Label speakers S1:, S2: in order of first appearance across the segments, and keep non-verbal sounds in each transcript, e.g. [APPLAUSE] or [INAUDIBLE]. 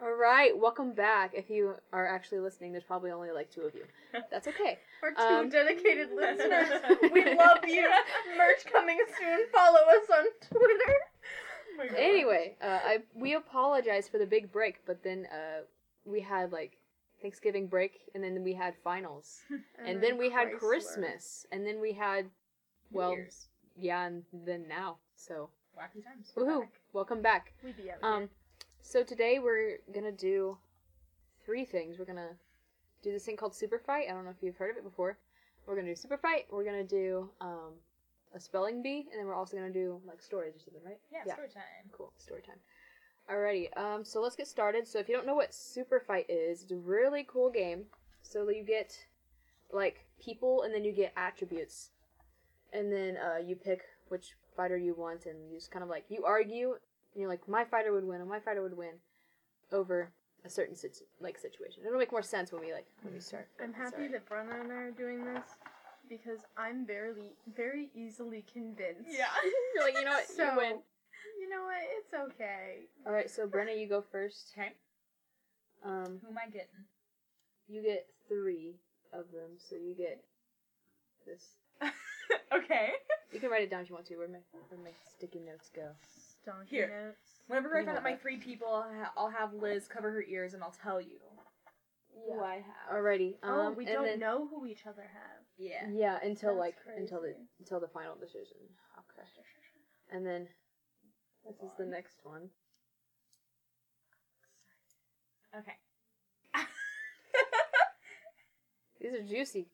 S1: right, welcome back. If you are actually listening, there's probably only like two of you. That's okay.
S2: Our two
S1: Um, [LAUGHS]
S2: dedicated listeners. We love you. Merch coming soon. Follow us on Twitter.
S3: Oh
S1: Anyway, uh, I we apologize for the big break, but then uh, we had like Thanksgiving break, and then we had finals, and, then we had
S2: Chrysler.
S1: Christmas, and then we had well, yeah, and then now. So
S3: wacky times.
S1: woohoo, welcome back.
S2: We be out
S1: Um, so today we're gonna do three things. We're gonna do this thing called Super Fight. I don't know if you've heard of it before. We're gonna do Super Fight. We're gonna do um, a spelling bee, and then we're also gonna do like stories or something, right?
S3: Yeah, story time.
S1: Cool. Story time. Alrighty. Um, so let's get started. So if you don't know what Super Fight is, it's a really cool game. So you get like people, and then you get attributes, and then uh, you pick which fighter you want, and you just kind of like you argue, and you're like, my fighter would win, and my fighter would win, over a certain situ- like situation. It'll make more sense when we like when we start.
S2: I'm happy
S1: Sorry.
S2: that Brenna and I are doing this because I'm barely, very easily convinced.
S3: [LAUGHS]
S1: you're like you know what
S2: So,
S1: you win.
S2: you know what? It's okay.
S1: All right, so Brenna, you go first.
S3: Okay.
S1: Um,
S3: Who am I getting?
S1: You get three of them, so you get this.
S3: okay.
S1: You can write it down if you want to. Where my, where my sticky notes go?
S2: Stonky
S3: Here.
S2: notes.
S3: Whenever I find out my
S1: Yeah.
S3: three people, I'll ha- I'll have Liz cover her ears and I'll tell you who I have.
S1: Alrighty.
S2: Oh,
S1: Um,
S2: we
S1: and
S2: don't
S1: then-
S2: know who each other have.
S3: Yeah.
S1: Yeah, until
S2: That's
S1: like until the
S2: crazy.
S1: until the final decision. Okay. And then this is the
S3: on.
S1: next one.
S3: Okay.
S1: These are juicy.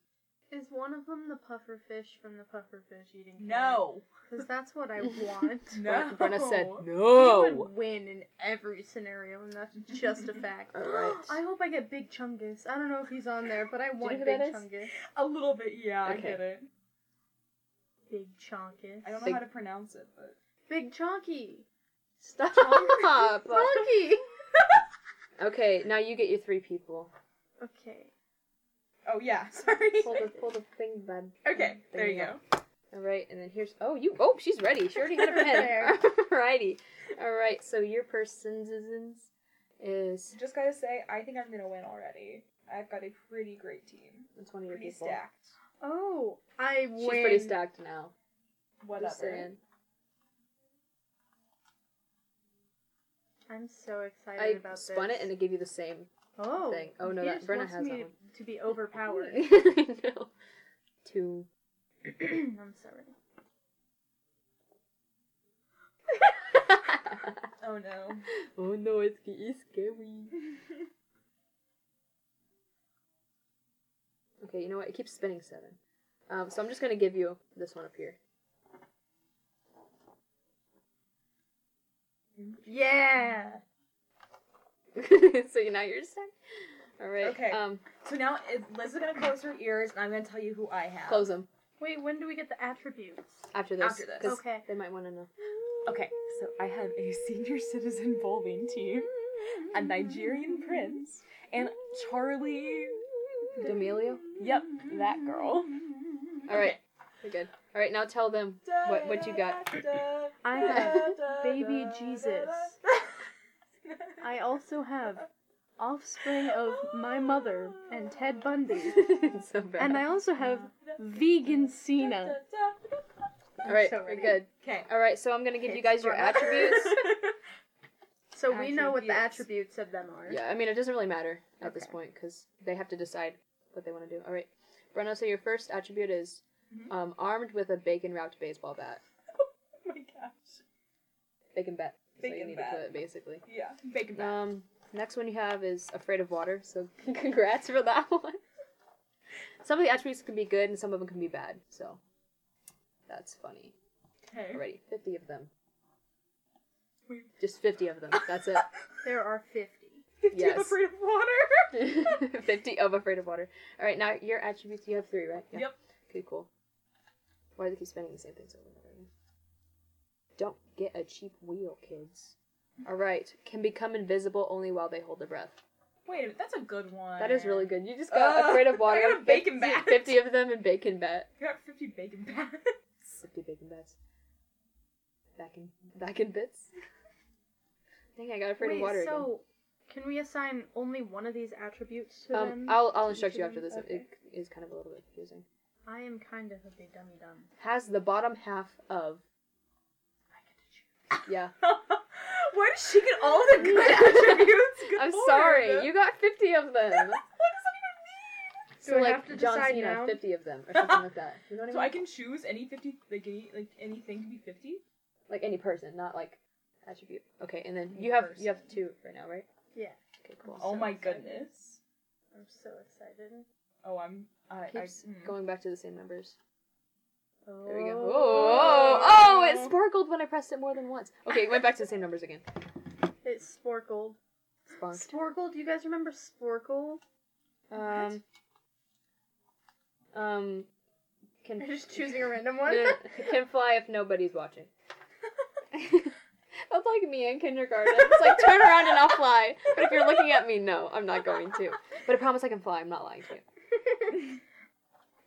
S2: Is one of them the puffer fish from the puffer fish eating?
S3: no.
S2: Because
S1: [LAUGHS]
S2: that's what I want.
S3: No.
S1: Brenna said
S2: You
S1: no.
S2: would win in every scenario, and that's just
S1: [LAUGHS]
S2: a fact.
S1: Alright.
S2: I hope I get Big Chungus. I don't know if he's on there, but I want
S1: who
S2: Big
S1: that is?
S2: Chungus.
S3: A little bit, yeah,
S1: Okay.
S3: I get it.
S2: Big Chunkus.
S3: I don't know
S1: Big-
S3: how to pronounce it, but.
S2: Big Chunky.
S1: Stop. [LAUGHS]
S2: Chunky.
S1: okay, now you get your three people.
S2: okay.
S3: Oh, yeah, [LAUGHS] sorry.
S1: Pull the pull the thing, bud.
S3: Okay, there you
S1: Yeah.
S3: go.
S1: All right, and then here's oh you oh she's ready. She already had a pen.
S2: There.
S1: [LAUGHS] Alrighty. All right, so your person's is
S3: Just gotta say, I think I'm gonna win already. I've got a pretty great team.
S1: it's one of your
S3: Pretty
S1: people.
S3: stacked.
S2: Oh, I win.
S1: She's pretty stacked now. Just
S3: Whatever.
S1: saying.
S2: I'm so excited
S1: I
S2: about this.
S1: spun it and it gave you the same
S2: oh,
S1: thing. Oh no,
S2: he
S1: that
S2: just
S1: Brenna
S2: wants
S1: has
S2: me
S1: that
S2: to,
S1: one.
S2: to be overpowered.
S1: [LAUGHS]
S2: [CLEARS THROAT]
S1: I know. Two. [LAUGHS]
S2: I'm sorry.
S3: Oh no.
S1: oh no, it's, it's scary. [LAUGHS] Okay, you know what? It keeps spinning seven. Um, so I'm just gonna give you this one up here. [LAUGHS]
S3: Mm-hmm.
S2: Yeah.
S1: so now you're set. All right.
S3: Okay.
S1: Um,
S3: So now it- Liz is gonna close her ears, and I'm gonna tell you who I have.
S1: close them
S2: Wait, when do we get the attributes?
S1: after this.
S3: After this.
S1: 'cause
S2: Okay.
S1: They might want to know.
S3: Okay, so I have a [LAUGHS] senior citizen bowling team, a Nigerian prince, and Charlie.
S1: D'Amelio.
S3: Yep, that girl.
S1: All right. You're good. All right. Now tell
S3: [LAUGHS]
S1: them What- what you got?
S2: I have baby
S3: [LAUGHS]
S2: Jesus. I also have offspring of my mother and Ted
S1: [LAUGHS]
S2: Bundy.
S1: it's so bad.
S2: And I also have vegan Cena.
S1: All right,
S2: so
S1: we're
S2: ready.
S1: good.
S3: Okay. Oh
S1: All right, so I'm gonna give you guys
S3: [LAUGHS]
S1: your attributes.
S2: So we know what the attributes
S3: Attributes.
S2: of them are.
S1: yeah, I mean it doesn't really matter at this
S2: Okay.
S1: point because they have to decide what they want to do. All right, Brenna. So your first attribute is
S3: Mhm.
S1: um, armed with a bacon wrapped baseball bat.
S3: oh my gosh.
S1: Bacon bat. is what you
S3: Bacon
S1: need
S3: bat.
S1: To put, basically.
S3: Yeah. Bacon back.
S1: Um, next one you have is afraid of water. So [LAUGHS] congrats for that [LAUGHS] one. Some of the attributes can be good and some of them can be bad. So that's funny.
S3: Okay.
S1: Already, fifty of them.
S3: Weird.
S1: Just fifty of them. That's it. [LAUGHS]
S2: There are 50.
S3: Fifty
S1: yes.
S3: afraid of water.
S1: 50 of afraid of water. All right, now your attributes, you have three, right? Yeah.
S3: Yep.
S1: Okay, cool. Why do they keep spinning the same things over and over again? Don't get a cheap wheel, kids. All right, can become invisible only while they hold their breath.
S3: Wait, a minute, that's a good one.
S1: That is really good. You just got
S3: Uh,
S1: afraid of
S3: I
S1: water.
S3: got a
S1: 50
S3: bacon bat.
S1: 50 of them and bacon bat.
S3: You got fifty bacon bats. [LAUGHS]
S1: 50 bacon bats. Back in, back in bits. Dang, I got afraid of
S2: Wait,
S1: water
S2: so Can we assign only one of these attributes to
S1: Um,
S2: them?
S1: I'll I'll
S2: to
S1: instruct
S2: each
S1: you
S2: of
S1: after
S2: them?
S1: this. It-
S2: Okay.
S1: It is kind of a little bit confusing.
S2: I am kind of a big dummy dumb.
S1: Has the bottom half of
S2: I get to choose.
S1: yeah.
S3: Where did she get all the good
S1: [LAUGHS]
S3: attributes? Good
S1: I'm
S3: lord.
S1: sorry, you got fifty of
S3: what does
S1: them.
S3: [LAUGHS] that
S2: Do I have to
S1: John
S2: decide
S1: Cena,
S2: now?
S1: fifty of them or something like that. You know what I mean?
S3: even mean? So I can choose any fifty, like any, like anything to be fifty.
S1: like any person, not like attribute. Okay, and then you have you have two right now, right?
S2: Yeah,
S1: Okay, cool.
S3: oh
S2: so
S3: my
S2: excited.
S3: goodness.
S2: I'm so excited.
S3: Oh, I'm. I, I,
S1: Keeps
S3: mm.
S1: going back to the same numbers.
S2: Oh.
S1: There we go. Oh, oh, it sparkled when I pressed it more than once. Okay, it went back to the same numbers again.
S2: It's Sporkled.
S1: Spunked.
S2: Sporkled, do you guys remember Sporkle?
S1: Um. Um. Can [LAUGHS]
S2: I'm just choosing a random one.
S1: No, no, can fly if nobody's watching. That's like me in kindergarten. It's like turn around and I'll fly. But if you're looking at me, no, I'm not going to. But I promise I can fly. I'm not lying to you.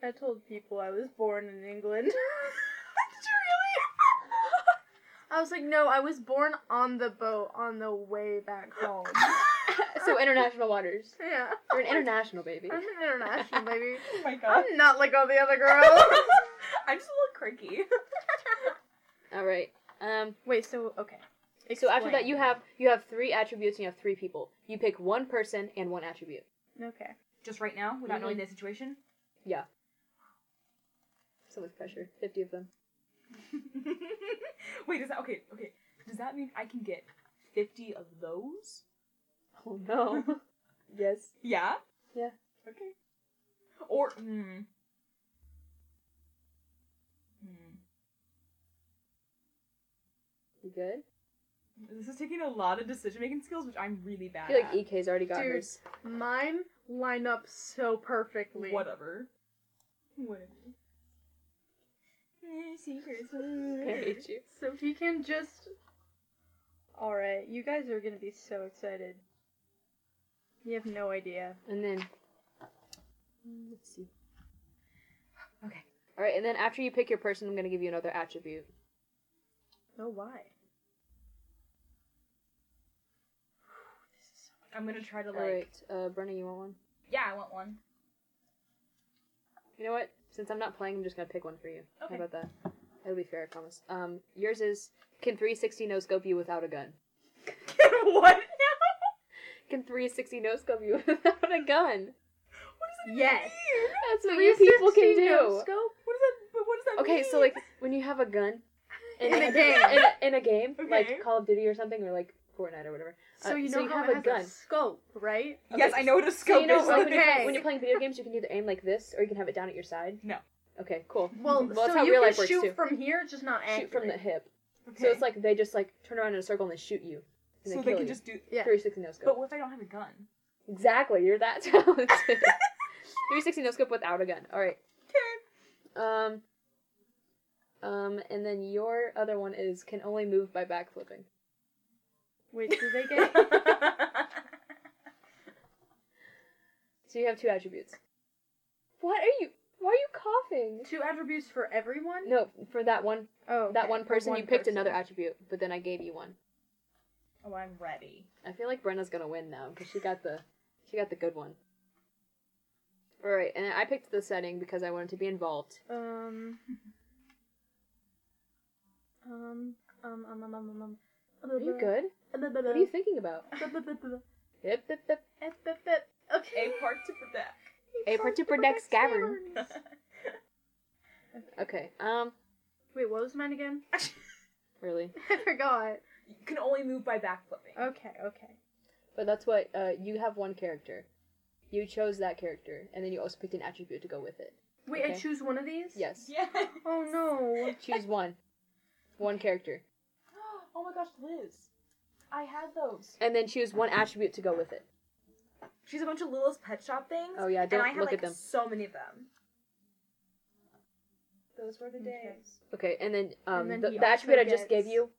S2: [LAUGHS] I told people I was born in England. [LAUGHS] I was like, no, I was born on the boat on the way back home.
S1: [LAUGHS] So international waters.
S2: yeah.
S1: You're an international baby.
S2: I'm an [LAUGHS] international baby.
S3: Oh my god.
S2: I'm not like all the other
S3: [LAUGHS]
S2: girls.
S3: I'm just a little cranky. [LAUGHS]
S1: All right. Um.
S2: Wait, so okay.
S1: So after that,
S2: Explain.
S1: you have you have three attributes and you have three people. You pick one person and one attribute.
S2: Okay.
S3: Just right now, without knowing
S1: Mm-hmm.
S3: the situation. [LAUGHS]
S1: So much pressure. Fifty of them.
S3: Wait, is that okay? Okay, does that mean I can get fifty of those?
S1: Oh [LAUGHS] no. yes.
S3: Yeah.
S1: Yeah.
S3: Okay. Or hmm. Hmm.
S1: You good?
S3: This is taking a lot of decision making skills, which I'm really
S1: I
S3: bad
S1: feel like
S3: at.
S1: EK's already got
S2: Dude.
S1: hers.
S2: Mine line up so perfectly.
S3: Whatever. Whatever. Eh, Secrets.
S1: I hate [LAUGHS] you.
S2: So he can just. Alright, you guys are gonna be so excited. You have no idea.
S1: And then mm, let's see.
S3: Okay.
S1: All right, and then after you pick your person, I'm going to give you another attribute.
S2: Oh, why?
S3: I'm gonna try to like.
S1: All right, uh, Brenna, you want one?
S3: Yeah, I want one. [LAUGHS]
S1: You know what? Since I'm not playing, I'm just going to pick one for you. How
S3: Okay.
S1: about that? That'll be fair, I promise. Um, yours is can 360 no scope you without a gun.
S3: what?
S1: Can 360 no scope you [LAUGHS] without a gun?
S2: Yes.
S1: That's what you people can
S2: 360 no
S1: do.
S2: scope?
S3: What does that? but What does that mean?
S1: Okay, so like when you have a gun
S2: In a game.
S1: [LAUGHS] in a, in a game Uh,
S3: Okay.
S1: like Call of Duty or something, or like Fortnite or whatever.
S2: So you
S1: so
S2: know
S1: you
S2: how
S1: have
S2: it
S1: a
S2: has
S1: gun.
S2: a scope, right?
S1: Okay,
S3: yes, I know what a scope
S1: so you know,
S3: is.
S1: like, when, you're,
S2: Okay.
S1: when you're playing video games, you can either aim like this or you can have it down at your side.
S3: No.
S1: Okay, cool.
S2: Well,
S1: Well, that's
S2: so
S1: how
S2: you
S1: real
S2: can
S1: life works,
S2: shoot
S1: too.
S2: from here, just not
S1: Shoot from the
S2: accurately.
S1: hip.
S3: Okay.
S1: So it's like they just like turn around in a circle and they shoot you. And
S3: so
S1: they
S3: they
S1: kill you.
S3: can just do.
S2: Yeah.
S1: 360 no scope.
S3: But what if I don't have a gun? [LAUGHS]
S1: Exactly, you're that [LAUGHS] talented. 360 no scope without a gun. All right. Um. Um, and then your other one is can only move by backflipping.
S2: Wait, do they get?
S1: [LAUGHS] So you have two attributes. What are you? Why are you coughing?
S2: Two attributes for everyone?
S1: No, for that one,
S2: Oh,
S1: that
S2: okay,
S1: one
S2: for
S1: person, you picked
S2: person.
S1: another attribute, but then I gave you one.
S3: oh, I'm ready.
S1: I feel like Brenna's gonna win now because she got the she got the good one. All right, and I picked the setting because I wanted to be involved.
S2: Um. Um. Um. Um. Um. Um. um.
S1: Are you good? What are you thinking about? Hip, hip, hip.
S2: Okay.
S3: A part to protect.
S1: A part to protect scabbard. Okay. Um.
S2: Wait, what was mine again?
S1: Really.
S2: I forgot.
S3: you can only move by backflipping.
S2: Okay. Okay.
S1: But that's what uh, you have one character. You chose that character, and then you also picked an attribute to go with it.
S2: Wait, I
S1: Okay.
S2: choose one of these.
S1: Yes.
S3: [LAUGHS] yeah.
S2: Oh no.
S1: Choose one. One character,
S3: Oh my gosh, Liz. I had those.
S1: and then choose one attribute to go with it.
S3: She's a bunch of Lilith's pet shop things.
S1: Oh yeah,
S3: and I
S1: don't
S3: had
S1: look
S3: like
S1: at them.
S3: so many of them. Those were the
S2: Okay.
S3: days.
S1: Okay, and then um
S2: And then
S1: the,
S2: he
S1: the
S2: also
S1: attribute I just
S2: gets-
S1: gave you,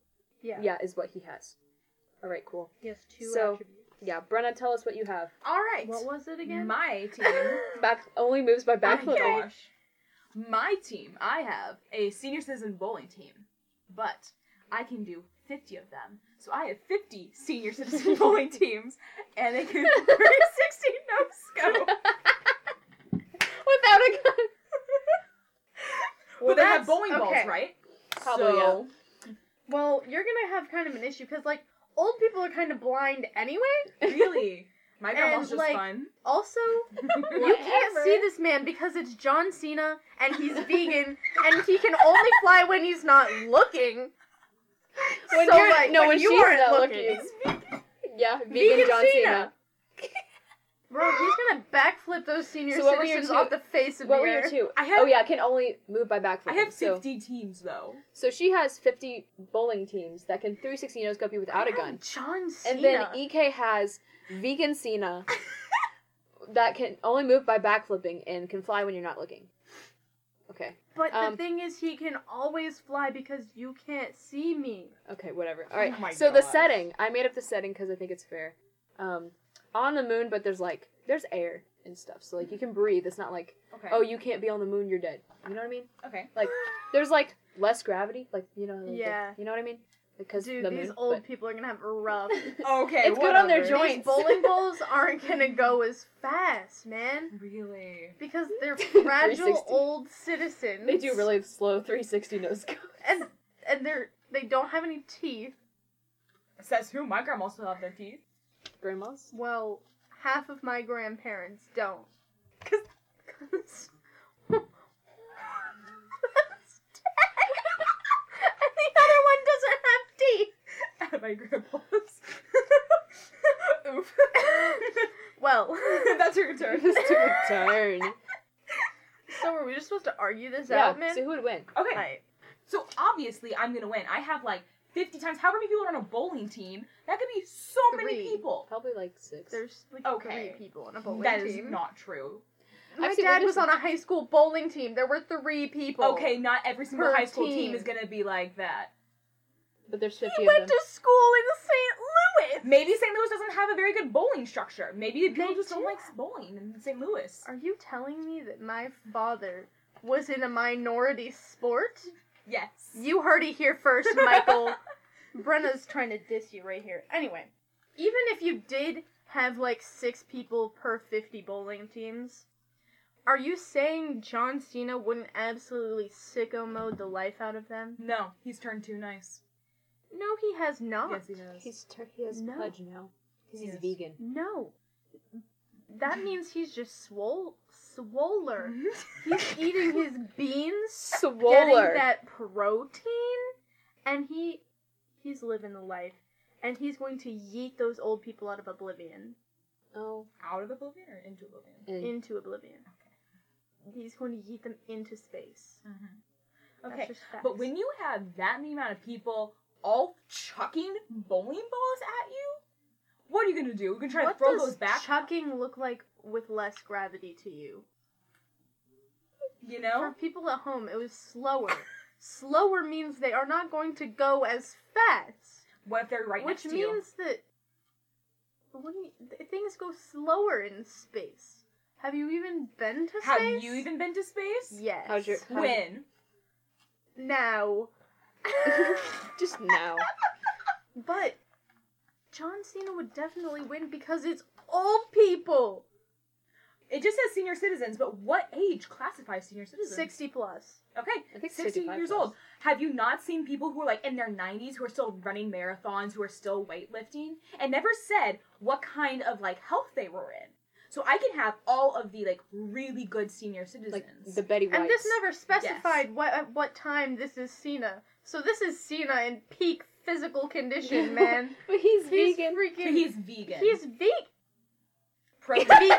S2: Yeah.
S1: yeah, is what he has. All right, cool.
S2: He has two
S1: So-
S2: attributes.
S1: Yeah, Brenna, tell us what you have.
S3: All right.
S2: What was it again?
S3: My team.
S1: [LAUGHS] Back only moves by
S3: My
S1: backflip.
S3: gosh. My team. I have a senior citizen bowling team,
S1: [LAUGHS]
S3: but I can [LAUGHS] do 50 of them. So I have 50 senior citizen bowling teams and it could 360 no scope.
S1: [LAUGHS] Without a gun.
S2: Well,
S3: but they have
S2: that's-
S3: bowling balls,
S2: okay.
S3: right?
S1: Probably,
S3: so,
S2: Well, you're gonna have kind of an issue because like old people are kind of blind anyway.
S3: really, my
S2: And,
S3: grandma's just
S1: [LAUGHS]
S2: like-
S3: fun. [LAUGHS]
S2: Also, you can't
S4: Whatever.
S2: see this man because it's John Cena and he's vegan and he can only fly when he's not looking.
S1: [LAUGHS] When
S2: so
S1: you're-
S2: like
S1: no,
S2: when,
S1: when
S2: you
S1: she's
S2: aren't
S1: not
S2: looking,
S1: looking. [LAUGHS] Yeah, vegan,
S2: Vegan
S1: John
S2: Cena.
S1: Cena.
S2: bro, he's gonna backflip those senior
S1: So what were your
S2: citizens
S1: two-
S2: off the face of
S1: What
S2: the
S1: were your
S2: earth.
S1: two?
S3: I have-
S1: oh yeah, I can only move by back
S3: I
S1: foot.
S3: have
S1: so,
S3: 50 teams though.
S1: so she has 50 bowling teams that can 360 no scope you without a gun.
S2: John Cena.
S1: And then E- EK has vegan
S2: [LAUGHS]
S1: Cena that can only move by backflipping and can fly when you're not looking. Okay.
S2: but the
S1: um,
S2: thing is, he can always fly because you can't see me.
S1: Okay, whatever. All right.
S3: Oh my
S1: so the
S3: gosh.
S1: setting, I made up the setting because I think it's fair. Um, on the moon, but there's like there's air and stuff, so like you can breathe. It's not like
S3: Okay.
S1: oh you can't be on the moon, you're dead. You know what I mean?
S3: okay.
S2: [GASPS]
S1: There's like less gravity, like you know. like,
S2: Yeah.
S1: You know what I mean? Because
S2: Dude,
S1: the
S2: these
S1: moon,
S2: old Oh,
S1: but-
S2: people are gonna have
S1: [LAUGHS]
S2: a rough. [LAUGHS]
S3: Okay.
S1: It's good on their
S3: whatever.
S1: joint.
S2: These
S1: Joints.
S2: bowling balls aren't gonna go as fast, man.
S3: Really.
S2: Because
S1: [LAUGHS]
S2: they're fragile
S1: 360.
S2: old citizens.
S1: They do really slow 360 nose [LAUGHS] scope.
S2: and and they're they don't have any teeth.
S3: Says who? My grandma still have their teeth. [LAUGHS]
S1: Grandmas.
S2: Well, half of my grandparents don't.
S3: 'Cause-
S2: 'Cause- [LAUGHS] That's terrible. and the other one doesn't have teeth.
S3: my grandpa's. [LAUGHS] Oof. [LAUGHS]
S2: Well, [LAUGHS]
S3: That's her
S1: [LAUGHS]
S3: turn.
S1: This took a turn.
S2: so are we just supposed to argue this
S1: yeah.
S2: out, man?
S1: So who would win?
S3: Okay.
S2: Like,
S3: So obviously I'm gonna win. I have like 50 times. However many people are on a bowling team, that could be so many
S2: Three.
S3: people.
S1: Probably like six.
S2: there's like
S3: Okay.
S2: three people on a bowling
S3: That is
S2: team.
S3: not true.
S2: my
S1: Actually,
S2: dad
S1: what
S2: was
S1: is-
S2: on a high school bowling team. There were three people.
S3: Okay, not every single
S2: Per
S3: high school team.
S2: team.
S3: is gonna be like that.
S1: But there's 50 of
S2: He went
S1: them.
S2: to school in St. Louis.
S3: Maybe St. Louis doesn't have a very good bowling structure. Maybe the people
S2: They
S3: just do. not
S2: do.
S3: like bowling in St. Louis.
S2: Are you telling me that my father was in a minority sport?
S3: Yes.
S2: You heard it here
S3: [LAUGHS]
S2: first, Michael. Brenna's trying to diss you right here. Anyway, even if you did have like six people per 50 bowling teams, are you saying John Cena wouldn't absolutely sicko mode the life out of them?
S3: No, he's turned too nice.
S2: No, he has not.
S3: Yes, he does.
S1: He's tur- he has
S2: No.
S1: pledge now. Because he's
S3: Yes.
S1: vegan.
S2: No.
S3: [LAUGHS]
S2: That means he's just swole, swoller. He's eating his beans.
S1: Swoller.
S2: getting that protein, and he he's living the life, and he's going to yeet those old people out of oblivion
S1: Oh.
S3: Out of oblivion or into oblivion?
S1: And
S2: into oblivion. He's going to yeet them into space. That's
S3: Okay.
S2: just facts.
S3: Mm-hmm. But when you have that many amount of people all chucking bowling balls at you, what are you gonna do? You're gonna try
S2: what
S3: to throw
S2: does
S3: those back?
S2: chucking look like with less gravity to you?
S3: you
S2: For
S3: know?
S2: people at home, it was
S3: [LAUGHS]
S2: slower. slower means they are not going to go as fast,
S3: What if they're right
S2: which
S3: next to you?
S2: means that what do you- th- things go slower in space. Have you even been to
S3: Have
S2: space?
S3: you even been to space?
S2: Yes.
S1: How's your- How's-
S3: When?
S1: [LAUGHS]
S2: now?
S1: just now.
S2: but John Cena would definitely win because it's old people,
S3: It just says senior citizens, but what age classifies senior citizens?
S2: sixty plus.
S3: Okay,
S1: I think
S3: 60
S1: 65
S3: years
S1: plus.
S3: old. Have you not seen people who are like in their 90s who are still running marathons, who are still weightlifting, and never said what kind of like health they were in? So I can have all of the like really good senior citizens.
S1: Like the Betty White.
S2: And this never specified what at what time this is Cena. So this is Cena in peak physical
S3: [LAUGHS]
S2: condition, man.
S1: But he's,
S2: He's
S1: vegan.
S2: [LAUGHS] freaking.
S3: he's vegan.
S2: he's vegan.
S3: [LAUGHS]
S2: [LAUGHS]
S3: pro
S2: vegan.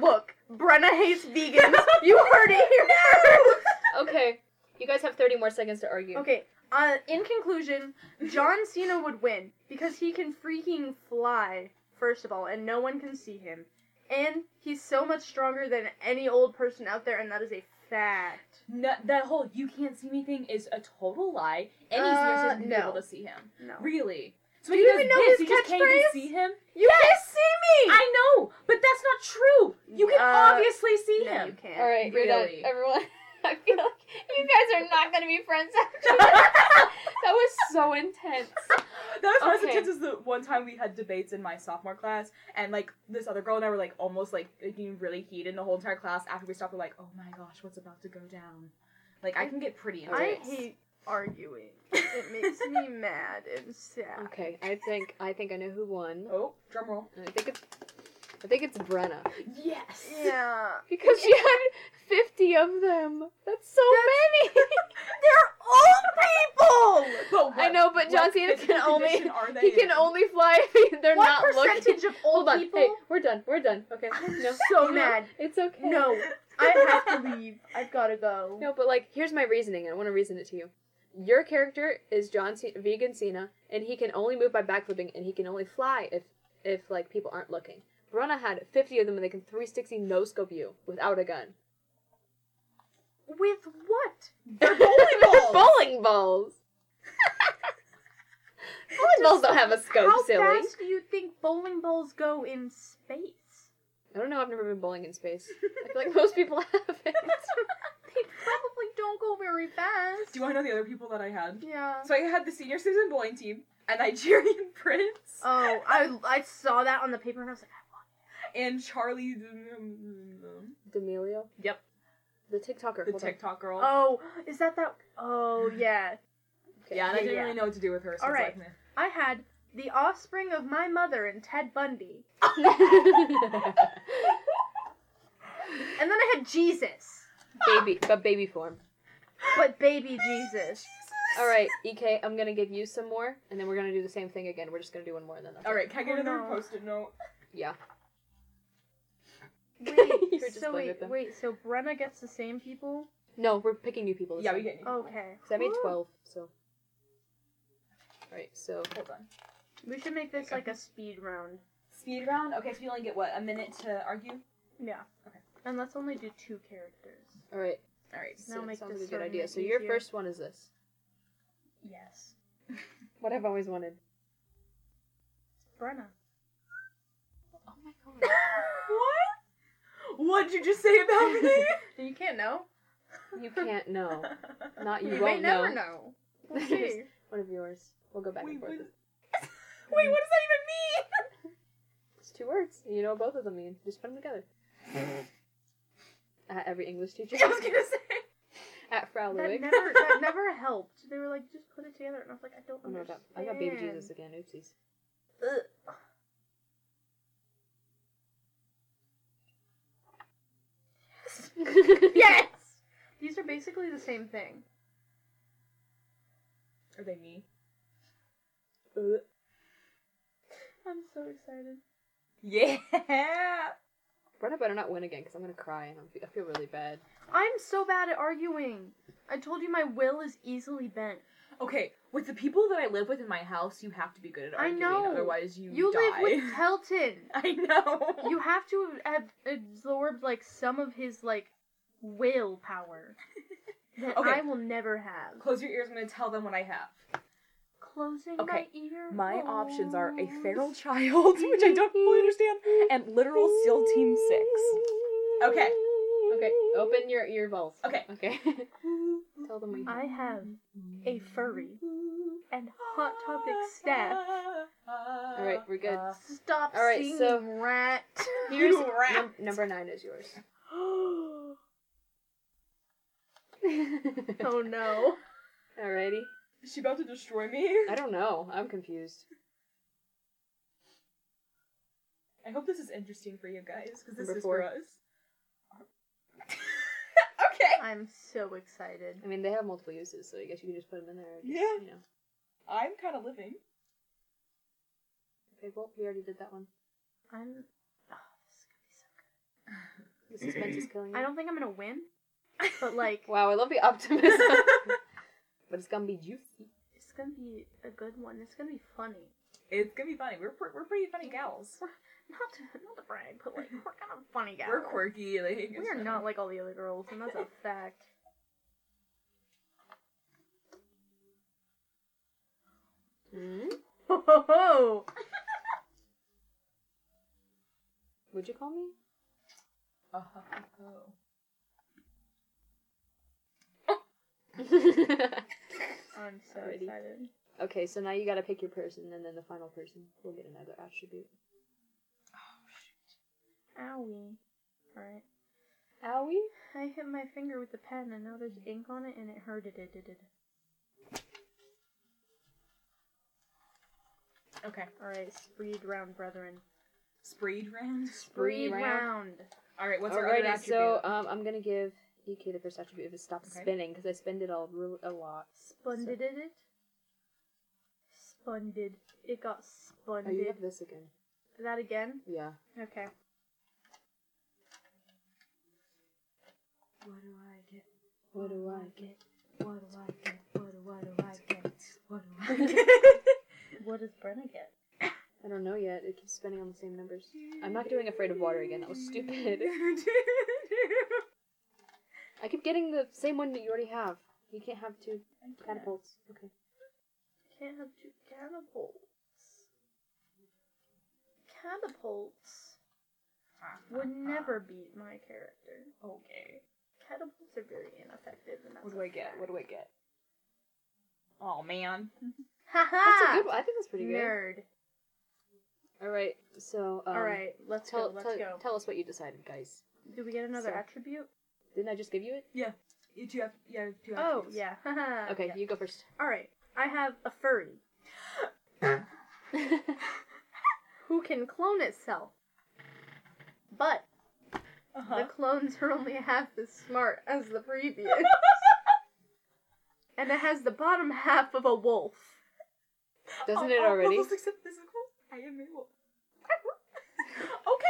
S2: Look, Brenna hates vegans. You heard it here. first.
S1: Okay. You guys have 30 more seconds to argue.
S2: Okay. Uh, in conclusion, John Cena would win because he can freaking fly, first of all, and no one can see him. And he's so much stronger than any old person out there, and that is a fact.
S3: No, that whole you can't see me thing is a total lie. Any
S2: Uh,
S3: senior citizen is
S2: no.
S3: able to see him.
S2: No.
S3: Really. So
S2: Do
S3: when he
S2: you
S3: does
S2: even know
S3: this,
S2: his
S3: you just can't even
S2: catchphrase?
S3: see him.
S2: You can't see me!
S3: I know, but that's not true. You can
S2: Uh,
S3: obviously see
S2: no,
S3: him.
S2: you can't.
S1: All right. You're done,
S3: Really?
S1: everyone. [LAUGHS] I feel like you guys are not going to be friends after this. That was so intense.
S3: that was one of the
S1: Okay.
S3: tips. Is the one time we had debates in my sophomore class, and like this other girl and I were like almost like getting really heated in the whole entire class. After we stopped, we're like, "Oh my gosh, what's about to go down?" Like I can get pretty
S2: I
S3: intense.
S2: hate arguing. It makes
S1: [LAUGHS]
S2: me mad and sad.
S1: Okay, I think I think I know who won.
S3: Oh, drum roll.
S1: I think it's I think it's Brenna
S3: Yes.
S1: [LAUGHS]
S2: Yeah.
S1: because she had fifty of them. That's so
S2: [LAUGHS] They're old people!
S3: But what,
S1: many. I know, but John
S3: what
S1: Cena
S3: physical
S1: can only
S3: condition are they
S1: [LAUGHS] he can
S3: in?
S1: only fly if they're
S2: what
S1: not looking.
S2: percentage of old
S1: Hold on,
S2: people?
S1: hey, we're done. We're done. Okay,
S2: I'm
S1: no,
S2: so
S1: no,
S2: mad.
S1: It's okay.
S2: No, I have to leave. I've gotta go.
S1: No, but like, here's my reasoning. and I want to reason it to you. Your character is John C- Vegan Cena, and he can only move by backflipping, and he can only fly if if like people aren't looking. Brenna had 50 of them, and they can 360 no scope you without a gun.
S2: With what?
S3: They're
S1: [LAUGHS]
S3: bowling balls.
S1: bowling balls. bowling balls don't have a scope,
S2: How
S1: silly.
S2: fast do you think bowling balls go
S1: [LAUGHS]
S2: in space?
S1: I don't know. I've never been bowling in space. I feel like most people [LAUGHS] haven't.
S2: They probably don't go very fast.
S3: Do you want to know the other people that I had?
S2: yeah.
S3: So I had the senior citizen bowling team, a Nigerian [LAUGHS] prince,
S2: Oh, I I saw that on the paper and I was like,
S3: and Charlie,
S1: D'Amelio.
S3: Yep.
S1: The TikToker.
S3: the
S1: Hold on.
S3: TikTok girl.
S2: oh, is that that?
S1: [SIGHS]
S2: Oh yeah.
S1: Okay.
S3: yeah, and
S2: yeah,
S3: I [LAUGHS] didn't
S2: yeah.
S3: really know what to do with her. So
S2: All
S3: it's
S2: right.
S3: like, meh.
S2: I had the offspring of my mother and Ted Bundy, and then I had Jesus,
S1: baby, but baby form. [LAUGHS]
S2: but baby Jesus.
S1: All right, Ek, I'm gonna give you some more, and then we're gonna do the same thing again. We're just gonna do one more, and then that's
S3: All right. Can I get
S2: Oh,
S3: another
S2: no.
S3: post-it note?
S1: Yeah. [LAUGHS]
S2: Wait,
S1: You're just
S2: so
S1: playing
S2: wait,
S1: with them.
S2: wait, so Brenna gets the same people?
S1: No, we're picking new people. This
S3: Yeah, we
S1: time.
S3: get.
S2: Okay.
S1: 'Cause I made twelve, so. All right, so
S3: Hold on.
S2: We should make this like a speed round.
S3: Speed round. Okay, so you only get what a minute to argue.
S2: Yeah.
S3: Okay.
S2: And let's only do two characters.
S1: all right,
S3: All right.
S1: so
S2: That'll
S1: it
S2: make
S1: sounds
S2: this
S1: like a
S2: so
S1: good idea.
S2: much
S1: So your
S2: easier.
S1: first one is this.
S2: Yes.
S1: What I've always wanted.
S2: [LAUGHS] Brenna.
S1: Oh my god.
S3: what? What'd you just say about
S2: [LAUGHS]
S3: me? [LAUGHS]
S2: You can't know.
S1: You can't know. Not you,
S2: You, may
S1: won't
S2: never know. [LAUGHS] We'll
S1: Just
S2: see.
S1: One of yours. We'll go back
S3: Wait,
S1: and forth.
S3: what- Wait, what does that even mean?
S1: It's two words. You know what both of them mean. Just put them together. At every English
S2: [LAUGHS]
S1: teacher.
S3: I was gonna say.
S1: At Frau
S2: that
S1: Ludwig.
S2: never that never helped. They were like, just put it together, and I was like, I don't
S1: Oh no, I got,
S2: understand.
S1: I got baby Jesus again.
S2: [LAUGHS]
S1: Oopsies.
S2: Ugh. Yes. These are basically the same thing.
S3: [LAUGHS] Are they me?
S1: Ugh.
S2: I'm so excited.
S3: Yeah.
S1: Brenna better not win again because I'm gonna cry and I'm, I feel really
S2: [LAUGHS]
S1: bad.
S2: I'm so bad at arguing. I told you my will is easily bent.
S3: Okay, with the people that I live with in my house, you have to be good at
S2: I
S3: arguing.
S2: know.
S3: Otherwise, you
S2: You
S3: die.
S2: live
S1: [LAUGHS]
S2: with Pelton.
S3: [LAUGHS] I know.
S2: You have to have absorbed like some of his like
S3: [LAUGHS]
S2: willpower that
S3: Okay.
S2: I will never have.
S3: close your ears. I'm gonna tell them what I have.
S2: Closing
S3: Okay.
S2: my ear.
S3: My options are a
S2: holes.
S3: feral child, which I don't fully understand, and literal SEAL Team Six. Okay.
S1: Okay, open your ear balls.
S3: Okay.
S1: Okay. [LAUGHS] Tell them what you
S2: I have a furry and hot topic staff.
S3: All
S1: Alright, we're good.
S2: Stop
S1: All right,
S2: singing,
S1: so-
S2: rat.
S3: [LAUGHS]
S1: Here's
S3: You rat.
S1: num- number nine is
S2: [LAUGHS]
S1: yours.
S2: oh
S1: Alrighty.
S2: no.
S3: Is [GASPS] she about to destroy me?
S1: I don't know. I'm confused.
S3: I hope this is interesting for you guys because this
S1: Number
S3: is
S1: four.
S3: for us. [LAUGHS] okay.
S2: I'm so excited.
S1: I mean, they have multiple uses, so I guess you can just put them in there. or Just,
S3: Yeah.
S1: You know.
S3: I'm kind of living.
S1: Okay. Well, we already did that one.
S2: I'm. Oh, this is gonna be so
S1: The suspense is killing
S2: good.
S1: me.
S2: I don't think I'm gonna win, but
S3: [LAUGHS]
S2: like,
S1: Wow, I love the optimism. [LAUGHS] but it's gonna be juicy.
S2: it's gonna be a good one. It's gonna be funny.
S3: it's gonna be funny. We're pre- we're pretty funny gals.
S2: Not to not to brag, but like, we're kind of funny guys.
S3: We're quirky. Like
S2: We are
S3: so-
S2: not like all the other girls, and that's
S3: [LAUGHS]
S2: a fact.
S1: Mm?
S2: Ho ho ho!
S1: Would you call me?
S3: Uh, huh, huh, huh.
S1: Alrighty.
S2: I'm
S1: [LAUGHS]
S2: so
S1: Alrighty.
S2: excited.
S1: Okay, so now you gotta pick your person, and then the final person will get another attribute.
S2: Owie. Alright.
S1: Owie?
S2: I hit my finger with the pen and now there's ink on it and it hurted it. it, it.
S3: Okay.
S2: Alright, spreed round, brethren.
S3: Spreed round.
S1: Spree round.
S3: All right. What's our other
S1: Alrighty,
S3: attribute?
S1: so um, I'm gonna give EK the first attribute if it stops
S3: Okay.
S1: spinning, because I spend it all real- a lot.
S2: Spunded it. Spunded. It got
S1: Oh, you
S2: spunded.
S1: have this again.
S2: That again?
S1: Yeah.
S2: Okay.
S3: what do I get?
S1: What do I get?
S3: What do I get? What do, what do I get? What do I
S2: What does Brenna get?
S1: I don't know yet. It keeps spinning on the same numbers. I'm not doing Afraid of Water again. That was stupid. [LAUGHS] I keep getting the same one that you already have. You can't have two catapults. Okay.
S2: Can't have two catapults. Catapults
S1: uh, [LAUGHS]
S2: would never beat my character.
S3: [LAUGHS] Okay.
S2: Catapults are very ineffective. And that's
S3: What do I get? What do I get? Oh man.
S1: That's a
S2: Haha!
S1: good one. I think that's pretty good.
S2: Ah! Nerd.
S1: All right. So. Um,
S2: All right, let's
S1: Tell,
S2: go. Let's
S1: tell,
S2: go.
S1: tell us what you decided, guys.
S2: Do we get another
S1: so-
S2: attribute?
S1: Didn't I just give you it?
S3: You two have yeah two.
S2: Oh
S3: attributes.
S2: yeah. [LAUGHS] Haha.
S1: Okay,
S2: Yeah.
S1: you go
S2: [LAUGHS]
S1: first.
S2: All right. I have a furry who can clone itself, but
S3: Uh-huh.
S2: the clones are only half as smart as
S1: [LAUGHS]
S2: the previous. and it has the bottom half of a wolf.
S1: [LAUGHS] Doesn't
S3: Oh,
S1: it
S3: all
S1: already?
S3: levels except physical. I am a
S1: [LAUGHS]
S3: wolf.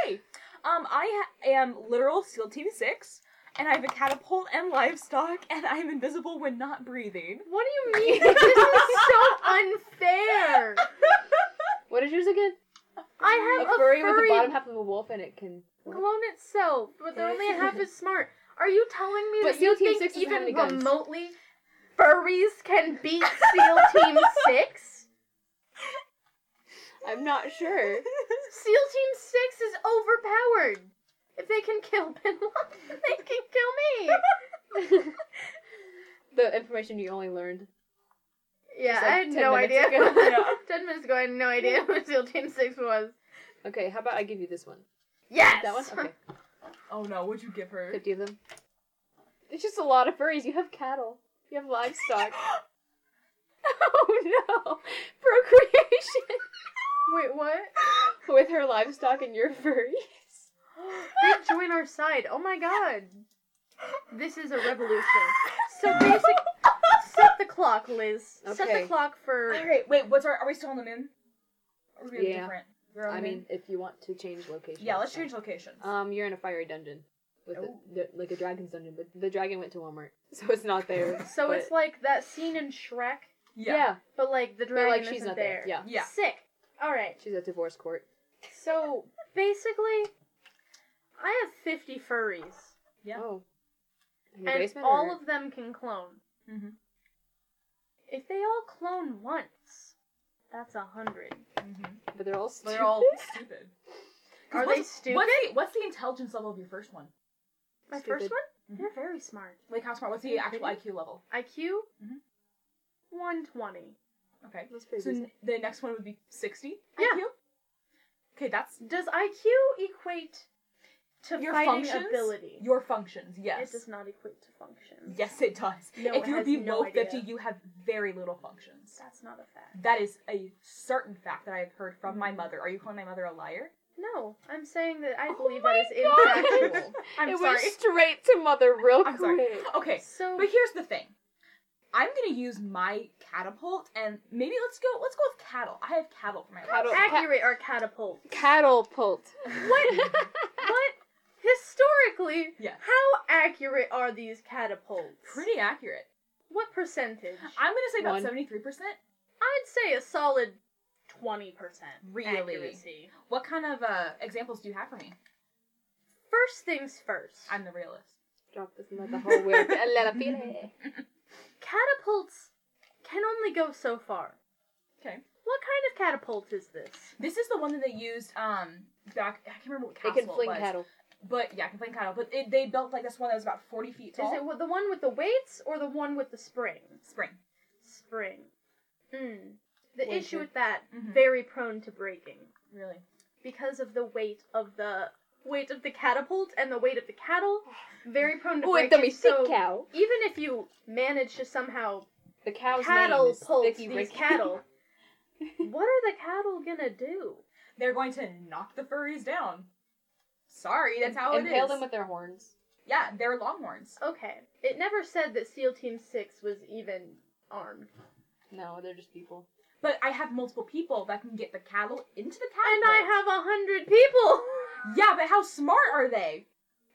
S3: okay. Um, I ha- am literal SEAL Team Six, and I have a catapult and livestock, and I am invisible when
S1: [LAUGHS]
S3: not breathing.
S2: What do you mean? this is so unfair.
S1: What is yours again?
S2: I
S1: A
S2: have a
S1: furry,
S2: furry,
S1: with the bottom half of a wolf, and it can.
S2: clone itself, but they're only half as smart. Are you telling me
S1: But
S2: that
S1: SEAL
S2: you
S1: Team
S2: think
S1: Six doesn't have
S2: even
S1: any guns.
S2: remotely furries can beat SEAL Team Six?
S1: I'm not
S2: [LAUGHS]
S1: sure.
S2: SEAL Team Six is overpowered. If they can kill Bin Laden, they can kill me.
S1: the information you only learned.
S2: Yeah,
S1: Just,
S2: I
S1: like,
S2: had
S1: 10
S2: no
S1: minutes
S2: idea.
S1: ago.
S2: [LAUGHS]
S3: Yeah.
S2: Ten minutes ago, I had no idea [LAUGHS] what SEAL Team Six was.
S1: Okay, how about I give you this one?
S2: Yes.
S1: That one? [LAUGHS] Okay.
S3: oh no! What'd you give her?
S1: Fifty of them. It's just a lot of furries. You have cattle. You have [GASPS] livestock. [LAUGHS] oh no! Procreation [LAUGHS]
S2: Wait, what?
S1: with her livestock and your furry.
S2: they join our side. Oh my god. This is a revolution.
S1: [LAUGHS]
S2: So basic. Set the clock, Liz. Set
S1: Okay.
S2: the clock
S3: All
S2: for.
S3: right. Wait. What's our? Are we still on the moon? Are we on
S1: Yeah.
S3: different? We're on
S1: I
S3: the moon?
S1: mean, if you want to change location.
S3: Yeah. Let's
S1: that's
S3: change locations.
S2: Uh,
S1: Um, you're in a fiery dungeon with
S3: Oh.
S1: a, the, like a dragon's dungeon, but the dragon went to Walmart, [LAUGHS] so it's not
S3: [LAUGHS]
S1: there.
S2: So
S1: but-
S2: it's like that scene in Shrek,
S1: yeah,
S2: but like the
S1: but
S2: dragon
S1: like
S2: isn't
S1: she's not
S2: there.
S1: there. Yeah,
S3: Yeah.
S2: Sick. All right.
S1: she's at divorce court.
S2: So basically, I have fifty furries,
S3: Yeah.
S1: Oh, in the
S2: and
S1: basement.
S2: all
S1: or-
S2: of them can clone.
S3: Mm-hmm.
S2: If they all clone once, that's a hundred.
S3: Mm-hmm.
S1: but they're all stupid.
S3: They're [LAUGHS] all stupid. 'Cause
S2: Are they
S3: what's-
S2: stupid?
S3: What's the, what's the intelligence level of your first one?
S2: My
S1: Stupid.
S2: first one?
S3: Mhm.
S2: You're very smart.
S3: Like how smart? What's the actual IQ level?
S2: IQ?
S3: Mhm.
S2: 120.
S3: Okay.
S1: [LAUGHS] That's pretty
S3: So
S1: decent.
S3: n- the next one would be 60
S2: Yeah.
S3: IQ. Okay, that's
S2: Does IQ equate to
S3: your
S2: fighting
S3: functions.
S2: ability?
S3: Your functions, yes.
S2: It does not equate to function.
S3: Yes, it does.
S2: No,
S3: if
S2: it
S3: you're
S2: has
S3: below
S2: no
S3: 50,
S2: idea.
S3: you have very little functions.
S2: That's not a fact.
S3: That is a certain fact that I have heard from my mother. Are you calling my mother a liar?
S2: No, I'm saying that I
S3: Oh
S2: believe
S3: my
S2: that is
S3: [LAUGHS] God.
S2: infactual. I'm
S1: it
S2: sorry.
S1: went straight to mother real
S3: I'm sorry.
S1: quick.
S3: Okay,
S2: So,
S3: but here's the thing. I'm gonna use my catapult and maybe let's go. Let's go with cattle. I have cattle for my last
S1: Cattle.
S2: accurate or
S3: [LAUGHS]
S2: catapult?
S1: Cattle pult.
S2: What? what? Historically,
S3: Yes.
S2: how accurate are these catapults?
S3: Pretty accurate.
S2: What percentage?
S3: I'm gonna say about
S1: One.
S3: seventy-three percent.
S2: I'd say a solid 20%
S3: Really?
S2: accuracy.
S3: What kind of uh, examples do you have for me?
S2: First things first.
S3: I'm the realist.
S1: Drop this and let the whole world and let it be.
S2: catapults can only go so far.
S3: Okay.
S2: What kind of catapult is this?
S3: This is the one that they used um back. I can't remember what
S1: They
S3: castle
S1: can fling
S3: it was.
S1: cattle.
S3: But yeah, I can fling cattle. But it, they built like this one that was about forty feet
S2: Is
S3: tall.
S2: it with the one with the weights or the one with the spring?
S3: Spring.
S2: Spring. Mm. The
S1: Weighted.
S2: issue with that,
S3: Mhm.
S2: very prone to breaking
S3: Really.
S2: because of the weight of the weight of the catapult and the weight of the cattle. Very prone to
S1: Oh, wait,
S2: breaking.
S1: let me see
S2: so
S1: cow.
S2: even if you manage to somehow
S1: The cow's name
S2: cattle
S1: is
S2: pulse
S1: Vicky
S2: these
S1: [LAUGHS] Ricky.
S2: cattle, what are the cattle gonna do?
S3: They're going to knock the furries down. Sorry, that's how it
S1: Impale
S3: is.
S1: them with their horns.
S3: yeah, they're longhorns.
S2: Okay, it never said that SEAL Team Six was even armed,
S1: No, they're just people.
S3: But I have multiple people that can get the cattle into the catapult.
S2: and I have a hundred people.
S3: have. Yeah, but how smart are they?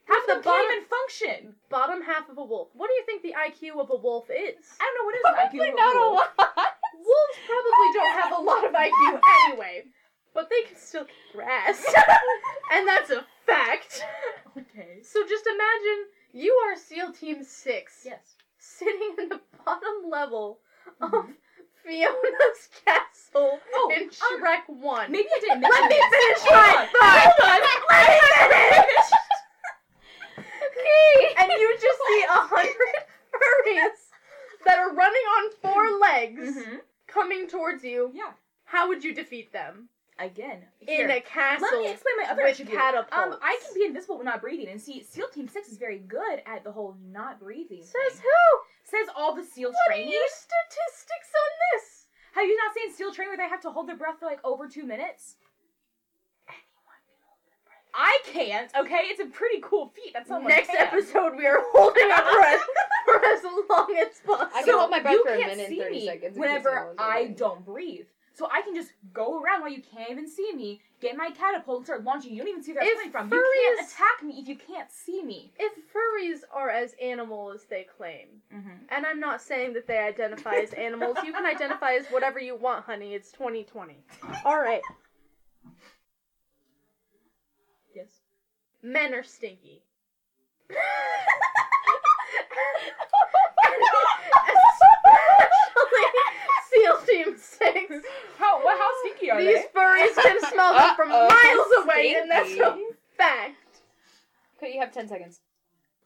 S3: Half
S2: Half
S3: them
S2: the
S3: can't
S2: bottom,
S3: even function.
S2: bottom half of a wolf. What do you think the IQ of a wolf is?
S3: I don't know what is an IQ.
S1: not a
S3: rule.
S1: lot.
S2: Wolves probably don't have a lot of IQ anyway, but they can still eat grass. [LAUGHS] and that's a fact.
S3: Okay.
S2: So just imagine you are SEAL Team 6,
S3: Yes.
S2: sitting in the bottom level of
S3: Mhm.
S2: Fiona's castle
S3: Oh,
S2: in Shrek 1.
S3: Maybe I didn't mention
S2: Let me
S3: this.
S2: finish
S3: Hold
S2: my
S3: on.
S2: thought! Let me finish! [LAUGHS] And you just
S3: [LAUGHS]
S2: see a hundred furries that are running on four legs [LAUGHS]
S3: Mhm.
S2: coming towards you.
S3: Yeah.
S2: How would you defeat them?
S3: Again.
S2: in
S3: here.
S2: a castle.
S3: Let me explain my other
S2: with
S3: attribute. Um,
S2: catapults.
S3: I can be invisible but not breathing. And see, SEAL Team Six is very good at the whole not breathing.
S2: Says
S3: thing.
S2: who?
S3: Says all the SEAL
S2: What are
S3: trainees.
S2: your statistics on this?
S3: Have you not seen SEAL Train where they have to hold their breath for like over two minutes? I can't. Okay, it's a pretty cool feat. That's someone
S2: Next
S3: can.
S2: episode, we are [LAUGHS] holding our
S3: [LAUGHS]
S2: breath for as long as possible.
S1: I
S3: so
S1: can hold my breath
S3: you
S1: for a
S3: can't
S1: minute and
S3: see
S1: 30
S3: me
S1: seconds in case
S3: Whenever
S1: anyone's
S3: I
S1: wondering.
S3: don't breathe, so I can just go around while you can't even see me. Get my catapult and start launching. You don't even see where
S2: If
S3: it's coming from. You can't
S2: furries-
S3: attack me if you can't see me.
S2: if furries are as animal as they claim,
S3: Mm-hmm.
S2: and I'm not saying that they identify as animals, you can identify as whatever you want, honey. It's 2020. All right,
S3: Yes.
S2: men are stinky. Especially SEAL Team Six.
S3: How what, how stinky are
S2: These furries can smell them from
S1: Uh-oh,
S2: miles away, and that's a
S1: stinky.
S2: fact.
S1: Okay, you have 10 seconds.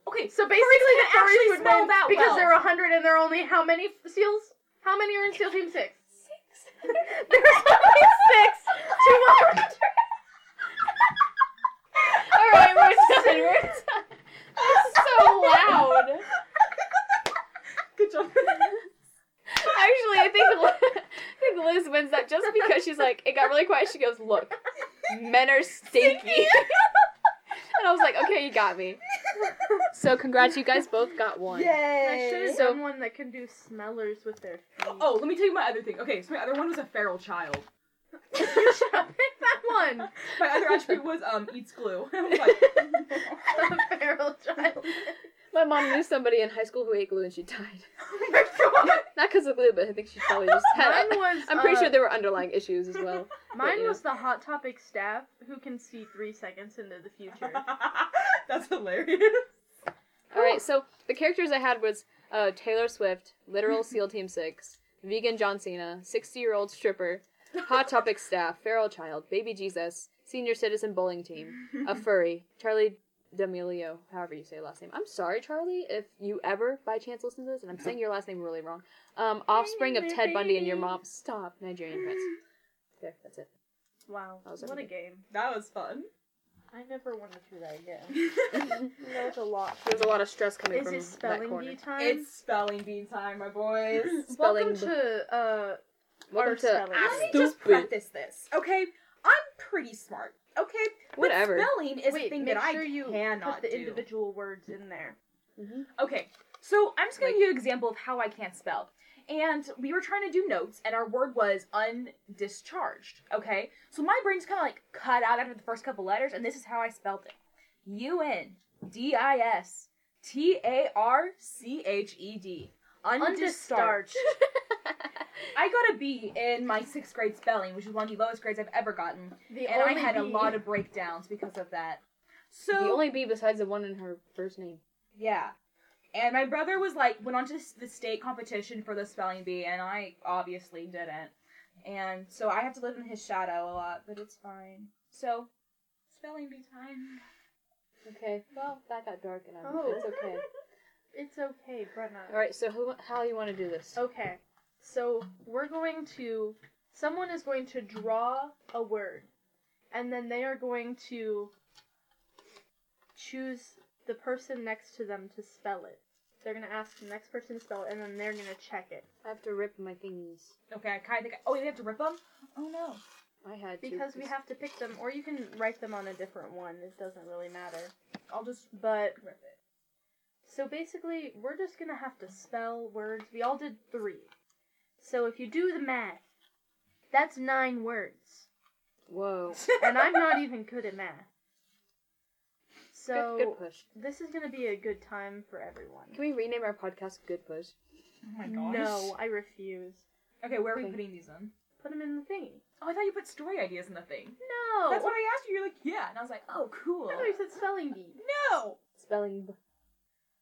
S3: Okay,
S2: So basically,
S3: Furries
S2: the
S3: can actually
S2: furries would
S3: smell
S2: win
S3: that
S2: because
S3: well.
S2: there are hundred, and there are only how many f- seals? How many are in SEAL Team Six? [LAUGHS] There's only six to a hundred.
S1: All right, we're done. [LAUGHS] We're done. That's so loud.
S2: [LAUGHS]
S3: good [LAUGHS] job.
S1: Actually, I think Li- I think Liz wins that just because she's like, it got really quiet. She goes, look, men are stinky. [LAUGHS] and I was like, okay, you got me. So congrats, you guys both got one.
S2: I should have
S1: So-
S2: done one that can do smellers with their feet.
S3: [LAUGHS] Oh, let me tell you my other thing. Okay, so my other one was a feral child.
S2: [LAUGHS] you should have picked that one. [LAUGHS]
S3: My other attribute was um eats glue. [LAUGHS] I was like,
S2: A feral child.
S1: [LAUGHS] My mom knew somebody in high school who ate glue and she died.
S3: oh my god.
S1: Not because of glue, but I think she probably just had.
S2: [LAUGHS] Mine was.
S1: I'm pretty
S2: uh,
S1: sure there were underlying issues as well.
S2: Mine
S1: yeah.
S2: was the Hot Topic staff who can see three seconds into the
S3: [LAUGHS]
S2: future.
S3: That's hilarious.
S1: All
S2: Oh.
S1: right, so the characters I had was uh, Taylor Swift, literal SEAL Team Six, vegan John Cena, sixty-year-old stripper, Hot
S2: [LAUGHS]
S1: Topic staff, feral child, baby Jesus, senior citizen bowling team, a furry, Charlie D'Amelio, however you say your last name. I'm sorry, Charlie, if you ever by chance listen to this, and I'm saying your last name really wrong. Um, offspring of Ted Bundy and your mom. Stop, Nigerian
S2: [LAUGHS]
S1: prince. There, that's it.
S2: Wow,
S1: That was
S2: what a
S1: everything.
S2: game.
S3: That was fun.
S2: I never want to do that again.
S1: There's
S2: [LAUGHS] That was a lot.
S1: a lot of stress coming
S2: Is
S1: from
S2: it
S1: that
S2: spelling
S1: corner.
S2: bee time?
S3: It's spelling bee time, my boys.
S1: spelling
S2: Welcome to uh
S1: Welcome
S2: our
S1: to
S2: spelling.
S3: Let me
S1: Stupid.
S3: just preface this, okay? I'm pretty smart, okay? But
S1: Whatever.
S3: spelling is
S2: Wait,
S3: a thing
S2: make
S3: that
S2: sure
S3: I
S2: you put
S3: cannot
S2: the
S3: do.
S2: individual words in there.
S3: Okay, so I'm just gonna
S1: Like-
S3: give you an example of how I can't spell. And we were trying to do notes, and our word was undischarged. Okay, so my brain's kind of like cut out after the first couple letters, and this is how I spelled it: U N D I S T A R C H E D. Undischarged. I got a B in my sixth grade spelling, which is one of the lowest grades I've ever gotten,
S2: [LAUGHS] The
S3: and I
S2: only
S3: had a
S2: bee-
S3: lot of breakdowns because of that.
S1: [LAUGHS]
S3: So
S1: the only B besides the one in her first name.
S3: yeah. And my brother was like, went on to s- the state competition for the spelling bee, and I obviously didn't. And so I have to live in his shadow a lot, but it's fine. So, spelling bee time.
S1: Okay. Well, that got dark, and I'm,
S2: [LAUGHS] Oh.
S1: it's okay.
S2: [LAUGHS] It's okay, Brenna.
S1: All right. So, who, how you want to do this?
S2: Okay. So we're going to. Someone is going to draw a word, and then they are going to choose the person next to them to spell it. They're going to ask the next person to spell it, and then they're going to check it.
S1: I have to rip my thingies.
S3: Okay, I kind of think. I, oh, we have to rip them. Oh no.
S1: I had to
S2: Because we have to pick them, or you can write them on a different one. It doesn't really matter.
S3: I'll just
S2: But
S3: rip it.
S2: So basically, we're just gonna have to spell words. We all did three. So if you do the math, that's nine words.
S1: Whoa.
S2: And I'm not even good at math. So
S1: Good, good push.
S2: this is gonna be a good time for everyone.
S1: Can we rename our podcast Good Push?
S3: Oh my
S2: No, I refuse.
S3: Okay, where are we
S1: Okay.
S3: putting these in?
S2: Put them in the thingy.
S3: Oh, I thought you put story ideas in the thing.
S2: No!
S3: That's what I asked you. You're like, yeah, and I was like, oh, cool.
S2: No, you said spelling bee.
S3: No.
S1: Spelling. B-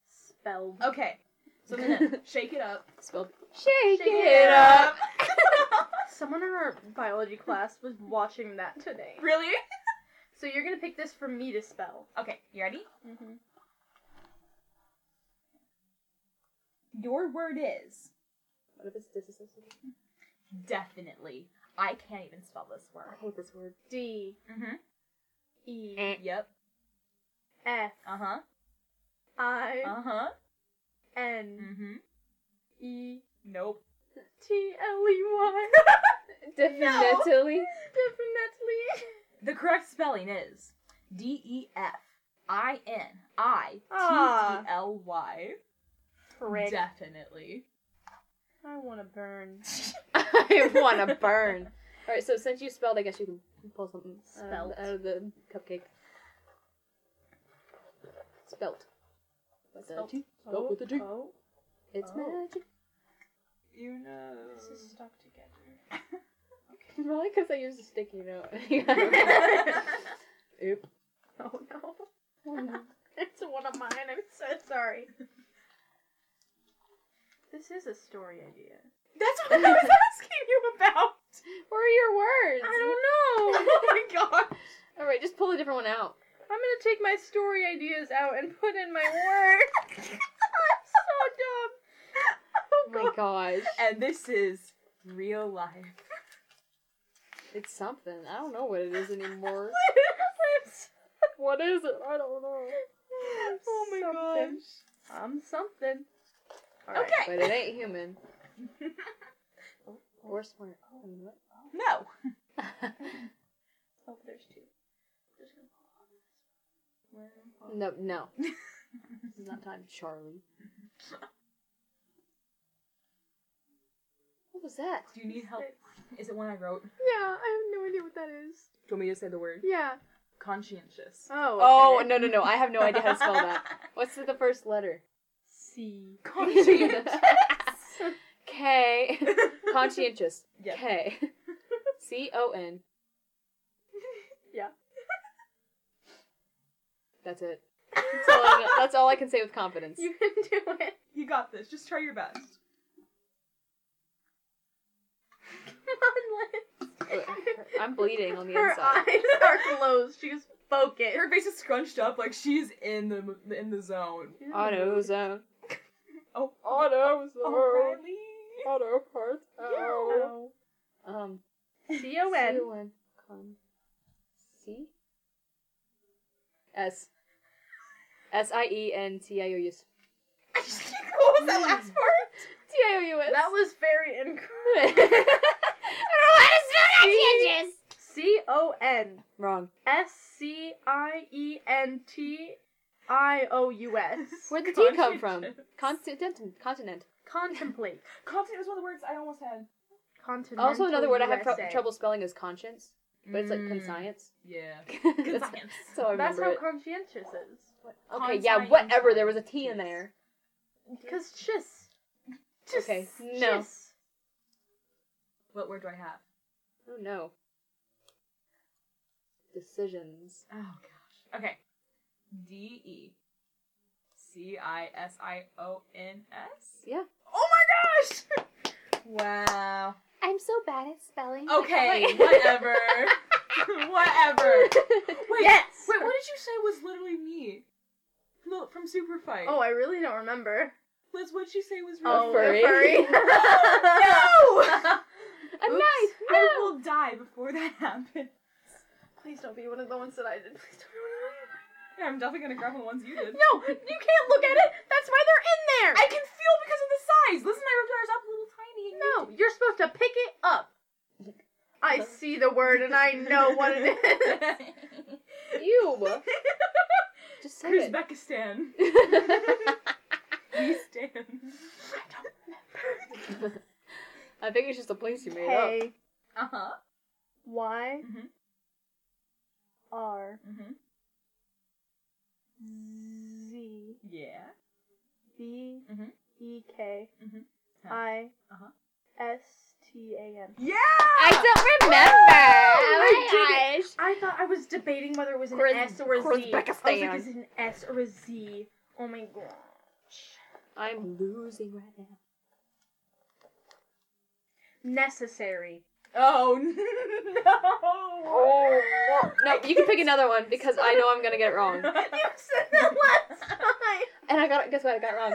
S2: Spelled.
S3: Okay. So I'm gonna shake it up.
S1: spelled.
S2: Shake
S1: it up.
S2: Someone in our biology class was watching that today.
S3: really?
S2: So you're gonna pick this for me to spell.
S3: Okay, you ready?
S2: Mm-hmm.
S3: Your word is
S1: What if it's disassociated?
S3: definitely. I can't even spell this word.
S1: I hate this word.
S2: D
S3: Mm-hmm.
S2: E
S1: Eh.
S3: Yep.
S2: F
S3: Uh huh.
S2: I
S3: Uh huh.
S2: N
S3: Mm-hmm.
S2: E
S3: Nope.
S2: T L E
S3: [LAUGHS]
S2: Y.
S1: Definitely. [LAUGHS]
S2: Definitely.
S3: The correct spelling is D E F I N I
S2: Ah.
S3: T E L Y.
S2: Prick.
S3: Definitely.
S2: I want to burn.
S3: [LAUGHS]
S1: I want to burn. All right, so since you spelled, I guess you can pull something um,
S2: Spelt.
S1: out of the cupcake. Spelt. With a
S2: Spelt.
S1: G. Spelt with a G.
S2: Oh,
S3: [LAUGHS]
S1: It's
S3: Oh.
S1: magic.
S3: You know.
S2: this is stuck together.
S1: Probably because I used a sticky note. [LAUGHS] Oop.
S2: Oh no. It's one of mine. I'm so sorry. This is a story idea.
S3: That's what I was asking you about.
S1: Where are your words?
S2: I don't know.
S3: [LAUGHS] Oh my [LAUGHS] god.
S1: All right, just pull a different one out.
S2: I'm gonna take my story ideas out and put in my word. I'm so dumb.
S1: Oh my [LAUGHS] gosh.
S3: And this is real life.
S1: It's something. I don't know what it is anymore.
S3: [LAUGHS]
S2: I'm so-
S1: [LAUGHS] what is it? I don't know.
S2: [LAUGHS]
S3: Oh my
S2: Something. I'm something. All right.
S3: Okay.
S1: But it ain't [LAUGHS] human.
S3: gosh.
S1: Or smart. Oh, and what?
S3: no.
S1: [LAUGHS]
S2: Oh, there's two. Just gonna Mm.
S1: no, no. It's not time, Charlie. What was that?
S3: Do you need help?
S2: It's-
S3: Is it one I wrote?
S2: Yeah, I have no idea what that is.
S3: Do you want me to say the word?
S2: Yeah.
S3: [LAUGHS] Conscientious.
S2: Oh.
S1: Oh,
S2: okay.
S1: no, no, no. I have no idea how to spell
S3: [LAUGHS]
S1: that. [LAUGHS] What's the first letter? [LAUGHS]
S2: [LAUGHS] C.
S3: Conscientious.
S1: K. [LAUGHS] Conscientious.
S3: [LAUGHS] Yes.
S1: K. [LAUGHS] C O N.
S2: Yeah.
S1: That's
S3: [LAUGHS]
S1: it. That's all, I know- that's all I can say with confidence.
S2: [LAUGHS] You can do it.
S3: You got this. Just try your best.
S2: Come on,
S3: [LAUGHS]
S2: Liz.
S1: I'm bleeding on the
S2: Her
S1: inside.
S2: eyes are closed. She's focused.
S3: Her face is scrunched up like she's in the mo- in the zone.
S1: Autozone.
S3: [LAUGHS] Oh.
S1: [LAUGHS] Autozone.
S3: O'Reilly.
S1: Auto parts.
S2: No.
S1: Um.
S2: C O N.
S1: C-O-N. Con. C. S. S I E N T I O U S. Mm.
S3: I just keep- [LAUGHS] what was that last part?
S1: T I O U S.
S2: That was very incorrect.
S1: I
S2: C O N
S1: Wrong.
S2: S C I E N T I O U S.
S1: Where'd the T come from?
S3: Conscientious.
S1: Continent. Continent.
S2: Contemplate.
S3: Constant is one of the words I almost had.
S2: Continental
S1: Also, another word I have
S2: USA.
S1: tr- trouble spelling is conscience, but it's like
S3: Mm, [LAUGHS]
S1: conscience. [LAUGHS]
S3: Yeah.
S1: That's-
S3: Conscience.
S1: so I
S2: That's
S1: remember
S2: how
S1: it.
S2: conscientious is.
S1: Okay, yeah, whatever. There was a T in there.
S2: Because chis. Chis.
S1: Okay, no.
S2: Chis.
S3: What word do I have?
S1: Oh no.
S3: [LAUGHS]
S1: Decisions. [LAUGHS]
S3: Oh gosh. Okay. D E C I S I O N S.
S1: Yeah.
S3: Oh my gosh! [LAUGHS] Wow.
S1: I'm so bad at spelling.
S3: [LAUGHS] Okay. Whatever. whatever. Wait.
S2: Yes!
S3: Wait. What did you say was literally me? Look from Super Fight.
S2: Oh, I really don't remember.
S3: was what you say was
S1: A
S2: Oh,
S3: wrong.
S1: furry.
S2: a
S3: [LAUGHS]
S2: furry.
S1: [LAUGHS]
S2: [LAUGHS]
S3: no!
S1: A
S3: Oops,
S1: knife. No.
S3: I will die before that happens.
S2: Please don't be one of the ones that I did. Please don't be one of the ones.
S3: Yeah, I'm definitely gonna grab the ones you did.
S2: No, you can't look at it. That's why they're in there.
S3: I can feel because of the size. Listen, I ripped ours up a little tiny. and
S2: No, you're supposed to pick it up. I see the word and I know what it [LAUGHS] is.
S3: [LAUGHS]
S1: Ew. Just say it.
S3: Uzbekistan. We stand.
S1: [LAUGHS] I think it's just a place you made up.
S2: K
S3: Uh huh.
S2: Y
S3: Mhm.
S2: R
S3: Mm-hmm.
S2: Z
S3: Yeah.
S2: B
S3: Mhm.
S2: E K
S3: Mhm.
S2: I
S3: Uh-huh.
S2: S T A N.
S3: Yeah.
S1: I don't remember.
S3: Oh
S2: I
S1: Oh my gosh.
S2: I thought I was debating whether it was an
S1: Kurs-
S2: S or a Z. I was
S1: Kurzbekistan.
S2: like, is it an S or a Z? Oh my gosh.
S1: I'm losing right now.
S2: [LAUGHS] Necessary.
S3: Oh [LAUGHS] no.
S1: Oh no! You can pick another one because I know I'm gonna get it wrong.
S2: you said that last time.
S1: And I got it. Guess what? I got it wrong.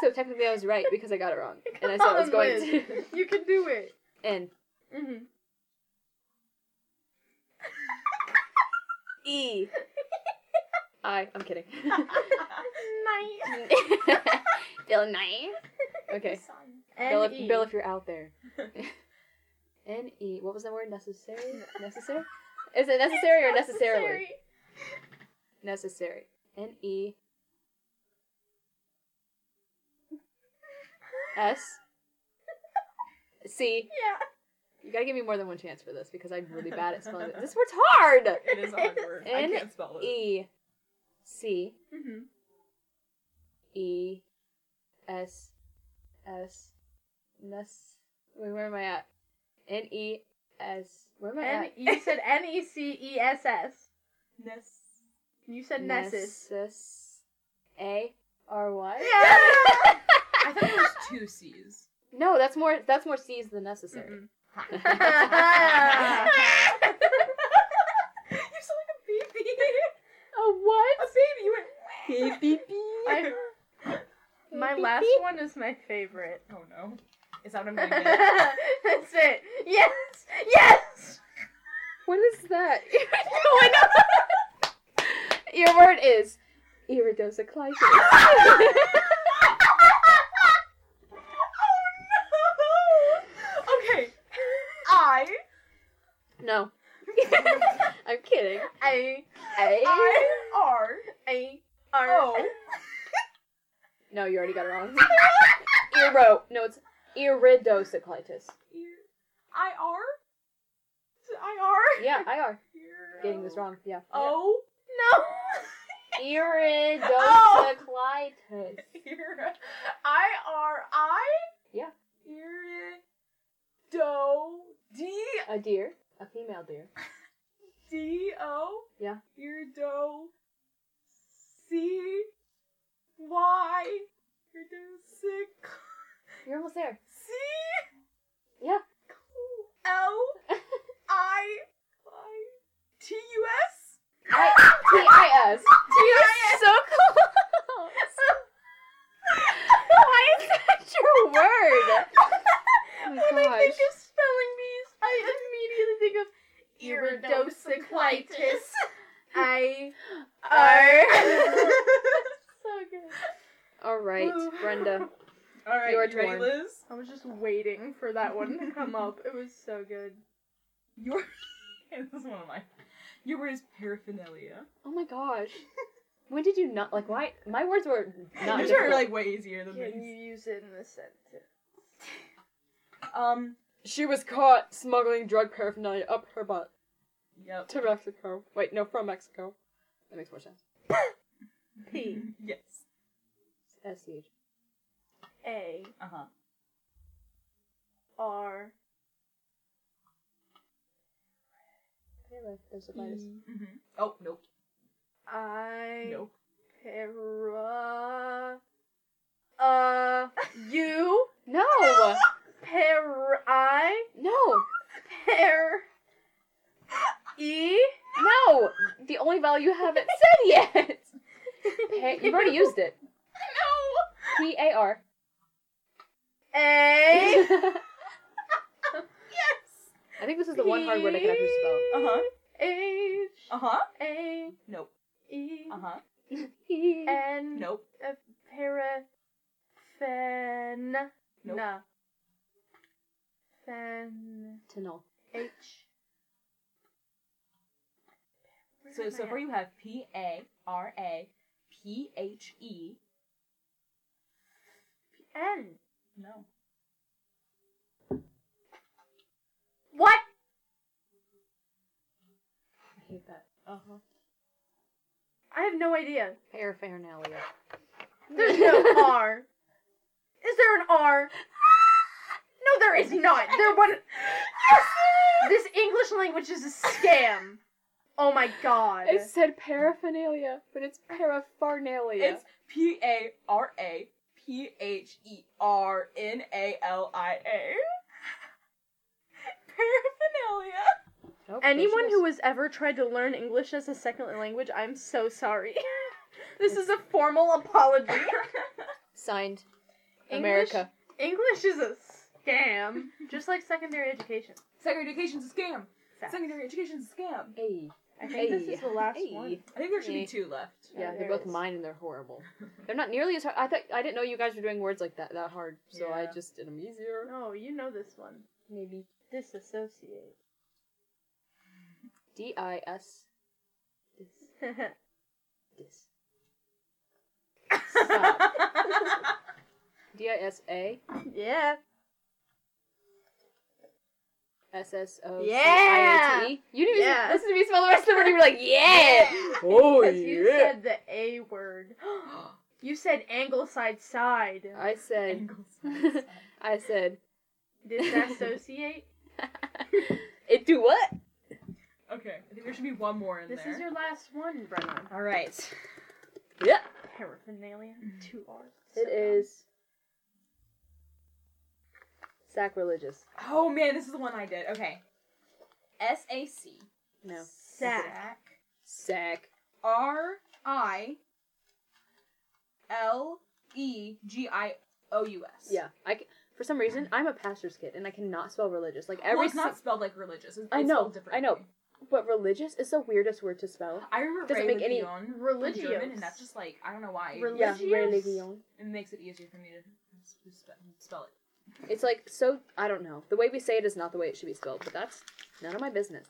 S1: So technically, I was right because I got it [LAUGHS] wrong, and I said I was
S2: Come on,
S1: going to.
S2: You can do it.
S1: [LAUGHS] And
S2: Mm-hmm.
S1: E. I. I'm kidding.
S2: Nice.
S1: [LAUGHS] Bill Nye. [LAUGHS] E. Okay. Bill
S2: E.
S1: if, Bill, if you're out [LAUGHS] there. N E. What was the word? Necessary. Necessary. Is it necessary or necessarily? Necessary. N E. S. C.
S2: Yeah.
S1: You gotta give me more than one chance for this because I'm really bad at spelling. it. This word's hard.
S3: It is a hard word. I
S1: N-
S3: can't spell it.
S1: E. C.
S2: Mm-hmm.
S1: E S S Ness. Wait, where am I at? N E S. Where am I
S2: And
S1: at?
S2: you said N E C E S S.
S3: Ness.
S2: You said Nessus.
S1: Nessus. E A R Y. [LAUGHS]
S2: Yeah.
S3: I thought it was two [LAUGHS] C's.
S1: No, that's more. That's more C's than necessary.
S2: Mm-mm.
S3: You sound like a baby.
S1: oh
S3: A baby. You went.
S1: what? Beep, beep, beep.
S2: I- my
S1: Beep, Oh
S2: last
S1: beep.
S2: one is my favorite.
S3: Oh no. Is that
S1: [LAUGHS]
S3: what I'm gonna get?
S2: [LAUGHS] That's it. Yes.
S1: [LAUGHS]
S2: Yes.
S1: What is that? [LAUGHS] Your word is iridociclitis.
S3: okay.
S2: [LAUGHS]
S3: I.
S1: no, I'm kidding.
S2: A
S1: A.
S3: I R
S2: A R
S3: O.
S1: No, you already got it wrong. Iro. No, it's iridocyclitis.
S3: I R. Is it I R?
S1: Yeah, I are getting this wrong. Yeah.
S3: O.
S2: No.
S1: Iridocyclitis.
S3: I R I.
S1: Yeah.
S3: Do. D.
S1: A deer. A female deer.
S3: D O.
S1: Yeah.
S3: Irdo. C. Y. Irdo sick.
S1: You're almost there. [LAUGHS]
S3: C.
S1: Yeah.
S3: L. I. I. T U S.
S1: I- T-I-S.
S3: T-I-S.
S1: So [LAUGHS] close. Why is that your word? Oh my
S2: when I think
S1: gosh.
S2: of spelling these, I immediately think of iridocyclitis. [LAUGHS] I [LAUGHS] R.
S1: So good. All right, Brenda.
S3: All right,
S1: Your
S3: you ready,
S1: turn.
S3: Liz?
S2: I was just waiting for that one to come up. It was so good.
S3: Your [LAUGHS] this is one of mine. Your word is paraphernalia.
S1: Oh my gosh. When did you not like? Why my words were not
S3: Yours
S1: difficult.
S3: are like way easier than
S2: Can you
S3: mine.
S2: use it in this sentence?
S3: Um.
S1: She was caught smuggling drug paraphernalia up her butt
S3: Yep.
S1: to Mexico. Wait, no, from Mexico. That makes more sense.
S2: P
S3: Mm-hmm. Yes.
S1: S H.
S2: A
S3: Uh huh.
S2: R
S1: Paraphernalia.
S2: E
S3: Mm-hmm. Oh nope.
S2: I
S3: Nope.
S2: para uh you
S1: No,
S2: par I
S1: no,
S2: par E
S1: no. The only vowel you haven't said yet. Pa- you've already used it.
S2: No
S1: P A R
S2: A.
S3: Yes.
S1: [LAUGHS] I think this is the one hard word I can actually spell.
S3: Uh huh.
S2: H.
S3: Uh huh.
S2: A.
S3: Nope.
S2: E.
S3: Uh huh.
S2: N.
S3: Nope.
S2: Parafen.
S3: Nope.
S2: Na. Fen.
S1: Tunnel.
S2: H.
S3: So so far you have P A R A P H E.
S2: N.
S3: No.
S2: What?
S3: I hate that. Uh huh.
S2: I have no idea.
S1: Paraphernalia.
S2: There's no [LAUGHS] R. Is there an R? No, there is not. There [LAUGHS] one. This English language is a scam. Oh my god.
S1: It said paraphernalia, but it's paraphernalia.
S3: It's P A R A P H E R N A L I A.
S2: [LAUGHS]
S3: Paraphernalia.
S1: Nope, there she
S2: Anyone
S1: is.
S2: who has ever tried to learn English as a second language, I'm so sorry. [LAUGHS] this is a formal [LAUGHS] apology.
S1: signed
S2: English-
S1: America.
S2: English is a scam, [LAUGHS] just like secondary education.
S3: Secondary education's a scam.
S2: Facts.
S3: Secondary education's a scam.
S1: Hey.
S2: I think this is the last
S1: Hey.
S2: one.
S3: I think there should
S1: Yeah.
S3: be two left.
S2: Yeah,
S1: Yeah, they're
S2: there
S1: both
S2: is.
S1: mine and they're horrible. [LAUGHS] They're not nearly as hard. I thought I didn't know you guys were doing words like that that hard, so I
S3: Yeah.
S1: just did them easier.
S2: No, you know this one.
S1: Maybe
S2: Disassociate.
S1: D I S. [LAUGHS] Dis. Stop.
S3: [LAUGHS]
S1: D I S A
S2: [LAUGHS] yeah.
S1: S S O. C I
S2: Yeah.
S1: A T E. You didn't even
S2: Yeah.
S1: listen to me spell the rest of it. and You were [LAUGHS] like, yeah. Oh
S2: Because you said the A word. You said Angleside side.
S1: [LAUGHS] I said.
S3: Angles.
S1: I [LAUGHS] said. [LAUGHS]
S2: Disassociate.
S1: it do what?
S3: okay, I think there should be one more in
S2: this
S3: there.
S2: is your last one, Brenna.
S3: All right.
S1: Yeah.
S2: Paraphernalia. Two R's.
S1: Mm-hmm. It is. Sacrilegious.
S3: Oh man, this is the one I did. Okay. S A C.
S1: No.
S2: Sack.
S1: Sac.
S3: R I L E G I O U S.
S1: Yeah, I c- for some reason I'm a pastor's kid and I cannot spell religious. Like
S3: Well,
S1: every
S3: it's not
S1: si-
S3: spelled like religious. It's,
S1: I
S3: it's
S1: know,
S3: spelled differently.
S1: I know. but religious is the weirdest word to spell.
S3: I remember
S1: Doesn't
S3: Ray
S1: make any-
S3: Levion in
S2: Religious.
S3: German, and that's just like I don't know why.
S2: Reli-
S1: Yeah,
S2: Religious?
S1: religion.
S3: it makes it easier for me to s- spe- spell it.
S1: It's like so I don't know. The way we say it is not the way it should be spelled, but that's none of my business.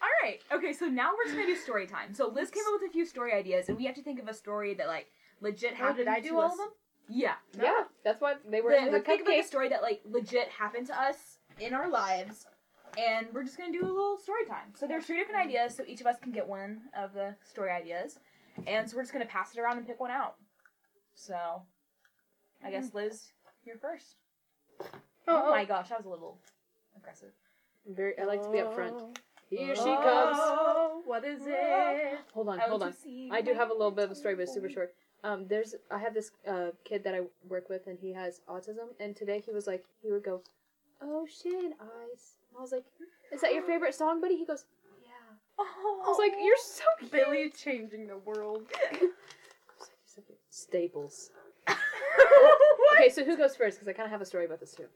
S3: All right. Okay. So now we're just gonna do story time. So Liz came up with a few story ideas, and we have to think of a story that like legit
S2: How
S3: happened
S2: did I
S3: to
S2: do all
S3: us.
S2: of them?
S3: Yeah.
S1: Yeah, that's why they were
S3: Then
S1: in
S3: we
S1: the
S3: have to think of like a
S1: cupcake.
S3: story that like legit happened to us in our lives, and we're just gonna do a little story time. So there's three different ideas, so each of us can get one of the story ideas, and so we're just gonna pass it around and pick one out. So, I guess
S2: Hmm.
S3: Liz, you're first. Oh, my gosh, that was a little aggressive.
S1: Very, I like to be up front. Oh. Here she comes.
S2: Oh, What is it?
S1: Hold on,
S3: I
S1: hold
S3: want
S1: on.
S3: to see
S1: I do have a little
S3: my
S1: bit of a story, but it's super
S3: beautiful-
S1: short. Um, there's I have this uh, kid that I work with, and he has autism. And today he was like, he would go, "Ocean Eyes." And I was like, "Is that your favorite song, buddy?" He goes, "Yeah."
S3: Oh.
S1: I was like, "You're so cute."
S2: Billy changing the world.
S1: [LAUGHS] Staples.
S3: What?
S1: Okay, so who goes first? Because I kind of have a story about this too.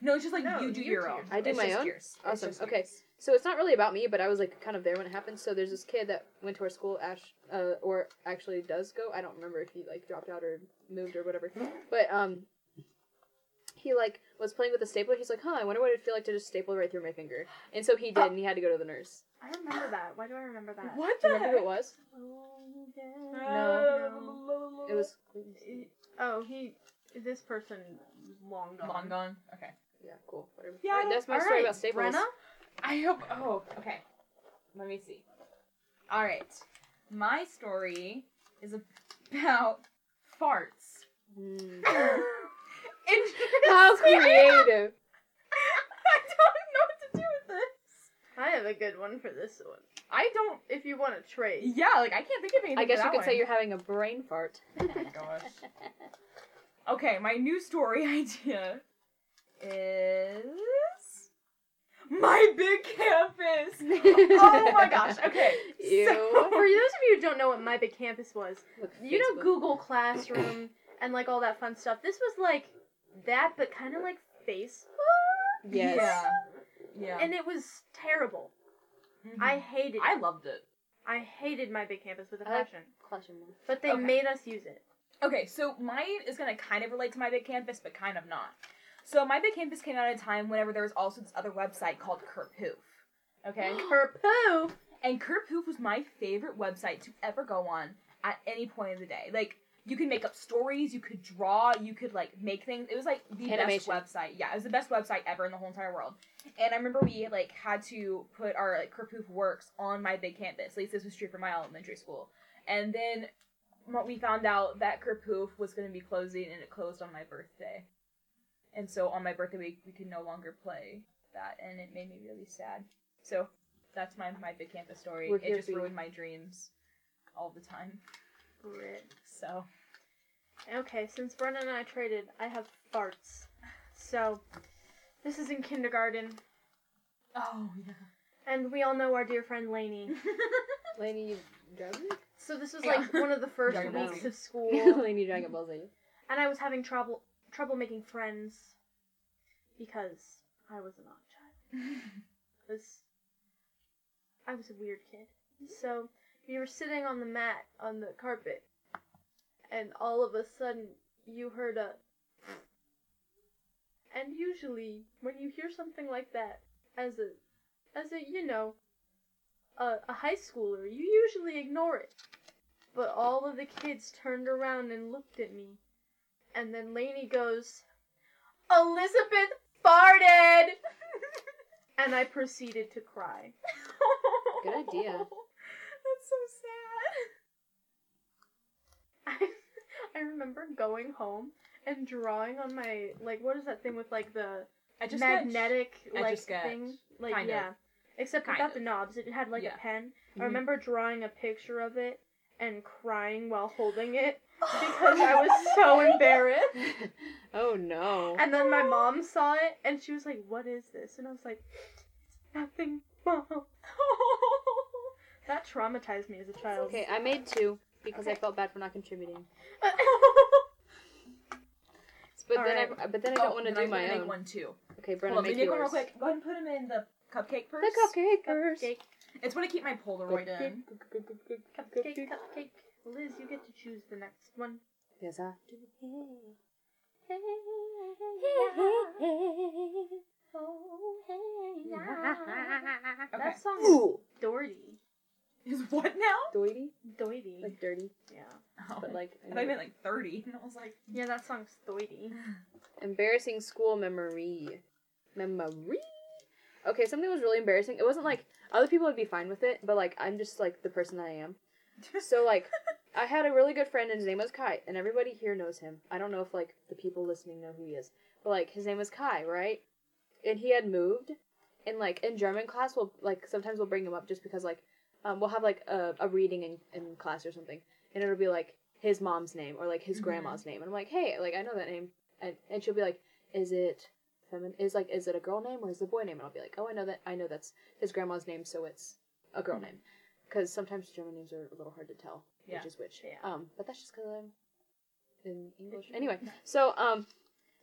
S3: No, it's just like
S2: No,
S3: you do
S2: you
S3: your
S2: do
S3: own.
S2: yours.
S1: I do
S3: It's
S1: my
S3: just
S1: own?
S3: yours. It's
S1: Awesome,
S3: just
S1: okay.
S3: yours.
S1: So it's not really about me, but I was like kind of there when it happened. So there's this kid that went to our school, Ash, uh, or actually does go. I don't remember if he like dropped out or moved or whatever. But um, he like was playing with a stapler. He's like, huh, I wonder what it'd feel like to just staple right through my finger. And so he did, and he had to go to the nurse.
S2: I remember that. Why do I remember that?
S3: What
S1: Do
S3: the
S1: you remember who
S3: heck?
S1: it was?
S2: No.
S1: It was
S2: Oh, he. This person is long gone.
S3: long gone. Okay.
S1: yeah, cool. Whatever.
S3: Yeah,
S1: Alright, that's my story
S2: Alright,
S1: about staples.
S2: Brenna?
S3: I hope. Oh, okay. Let me see. All right. My story is about farts. [LAUGHS]
S1: Mm. [LAUGHS]
S3: And- [LAUGHS]
S1: How creative!
S3: I don't know what to do with this.
S2: [LAUGHS] I have a good one for this one.
S3: I don't.
S2: If you want to trade.
S3: Yeah, like I can't think of anything.
S1: I guess you
S3: for that
S1: could
S3: one.
S1: say you're having a brain fart.
S3: Oh my gosh. Okay, my new story [LAUGHS] idea is my big campus. [LAUGHS] Oh my gosh. Okay.
S1: [LAUGHS] Ew.
S2: For those of you who don't know what My Big Campus was,
S1: Look,
S2: you know
S1: Facebook.
S2: Google Classroom and like all that fun stuff. This was like that, but kind of like Facebook.
S1: Yes.
S3: Yeah. Yeah.
S2: And it was terrible.
S3: Mhm.
S2: Mm-hmm. I hated it.
S3: I loved it.
S2: I hated my big campus with a
S1: I like-
S2: passion.
S1: Clash of Moon.
S2: But they
S3: Okay.
S2: made us use it.
S3: Okay, so mine is gonna kind of relate to my big campus, but kind of not. So my big campus came out at a time whenever there was also this other website called Kerpoof. Okay,
S2: Her poo.
S3: and Kerpoof was my favorite website to ever go on at any point of the day. Like you could make up stories, you could draw, you could like make things. It was like the
S1: Animation.
S3: best website. Yeah, it was the best website ever in the whole entire world. And I remember we like had to put our like Kerpoof works on my big campus. At least this was true for my elementary school. And then what we found out that Kerpoof was going to be closing, and it closed on my birthday. And so on my birthday week, we could no longer play that, and it made me really sad. So that's my my big campus story.
S1: We're
S3: it
S1: here
S3: just
S1: for you.
S3: ruined my dreams all the time. So
S2: Okay, since Brenna and I traded, I have farts. So, this is in kindergarten,
S3: [LAUGHS] oh
S2: and we all know our dear friend [LAUGHS] Lainey.
S1: Laney Dragon? [LAUGHS]
S2: So this was
S3: Yeah.
S2: like one of the first
S3: Dragon Ball
S2: weeks
S1: Z.
S2: of school, [LAUGHS] and
S1: Laney Dragon Ball
S3: [LAUGHS]
S1: Z.
S2: I was having trouble trouble making friends because I was an odd child.
S3: yeah.
S2: was I was a weird kid. So we were sitting on the mat on the carpet, and all of a sudden you heard a. And usually, when you hear something like that, as a, as a you know, a, a high schooler, you usually ignore it. But all of the kids turned around and looked at me, and then Lainey goes, "Elizabeth
S3: [LAUGHS]
S2: farted." and I proceeded to cry.
S1: Good idea.
S3: [LAUGHS] That's so sad.
S2: I, I remember going home and drawing on my like what is that thing with like the
S3: I just [LAUGHS]
S2: magnetic
S3: Etch a
S2: like
S3: sketch.
S2: thing like
S3: Kind of.
S2: yeah except
S3: Kind
S2: without
S3: of.
S2: the knobs it had like
S3: Yeah.
S2: a pen.
S3: Mhm.
S2: I remember drawing a picture of it and crying while holding it [LAUGHS] because I
S3: [LAUGHS]
S2: was so embarrassed.
S1: oh no.
S2: And then my mom saw it and she was like, "What is this?" And I was like, "It's "Nothing, mom."
S1: [LAUGHS]
S2: that traumatized me as a child. [LAUGHS]
S1: Okay, I made two because I
S2: Okay.
S1: felt bad for not contributing.
S2: okay,
S1: But
S2: All
S1: then
S2: right.
S1: I but then I don't
S3: Oh,
S1: want to
S3: then I
S1: do
S3: was gonna
S1: my
S3: make
S1: own.
S3: one too.
S1: Okay,
S3: Hold
S1: Brenna,
S3: on, let me
S1: make
S3: make one real
S1: yours.
S3: quick. Go ahead and put them in the cupcake purse.
S1: The cupcakers.
S3: It's when I keep my Polaroid in.
S2: Cupcake, cupcake. Liz, you get to choose the next one.
S1: Yes, I do.
S2: That song is
S1: Ooh,
S2: Doherty.
S3: [LAUGHS] Is what now?
S1: doity,
S2: Doherty.
S1: like dirty,
S2: yeah.
S1: but like
S3: I thought you meant like
S1: [LAUGHS]
S3: 30, and I was like,
S2: Yeah, that song's Doherty.
S1: embarrassing school memory, memory. Okay, something was really embarrassing. It wasn't like other people would be fine with it, but like I'm just like the person I am. So like, I had a really good friend, and his name was Kai, and everybody here knows him. I don't know if like the people listening know who he is, but like his name was Kai, right? And he had moved, and like in German class, we'll like sometimes we'll bring him up just because like um, we'll have like a, a reading in, in class or something, and it'll be like his mom's name or like his
S3: Mhm.
S1: grandma's name, and I'm like, hey, like I know that name, and and she'll be like, is it feminine? Is like is it a girl name or is it a boy name? And I'll be like, oh, I know that I know that's his grandma's name, so it's a girl name. Because sometimes German names are a little hard to tell
S3: Yeah.
S1: which is which.
S2: Yeah.
S1: Um, but that's just because I'm in English.
S2: Did you-
S1: Anyway,
S3: Yeah.
S1: so um,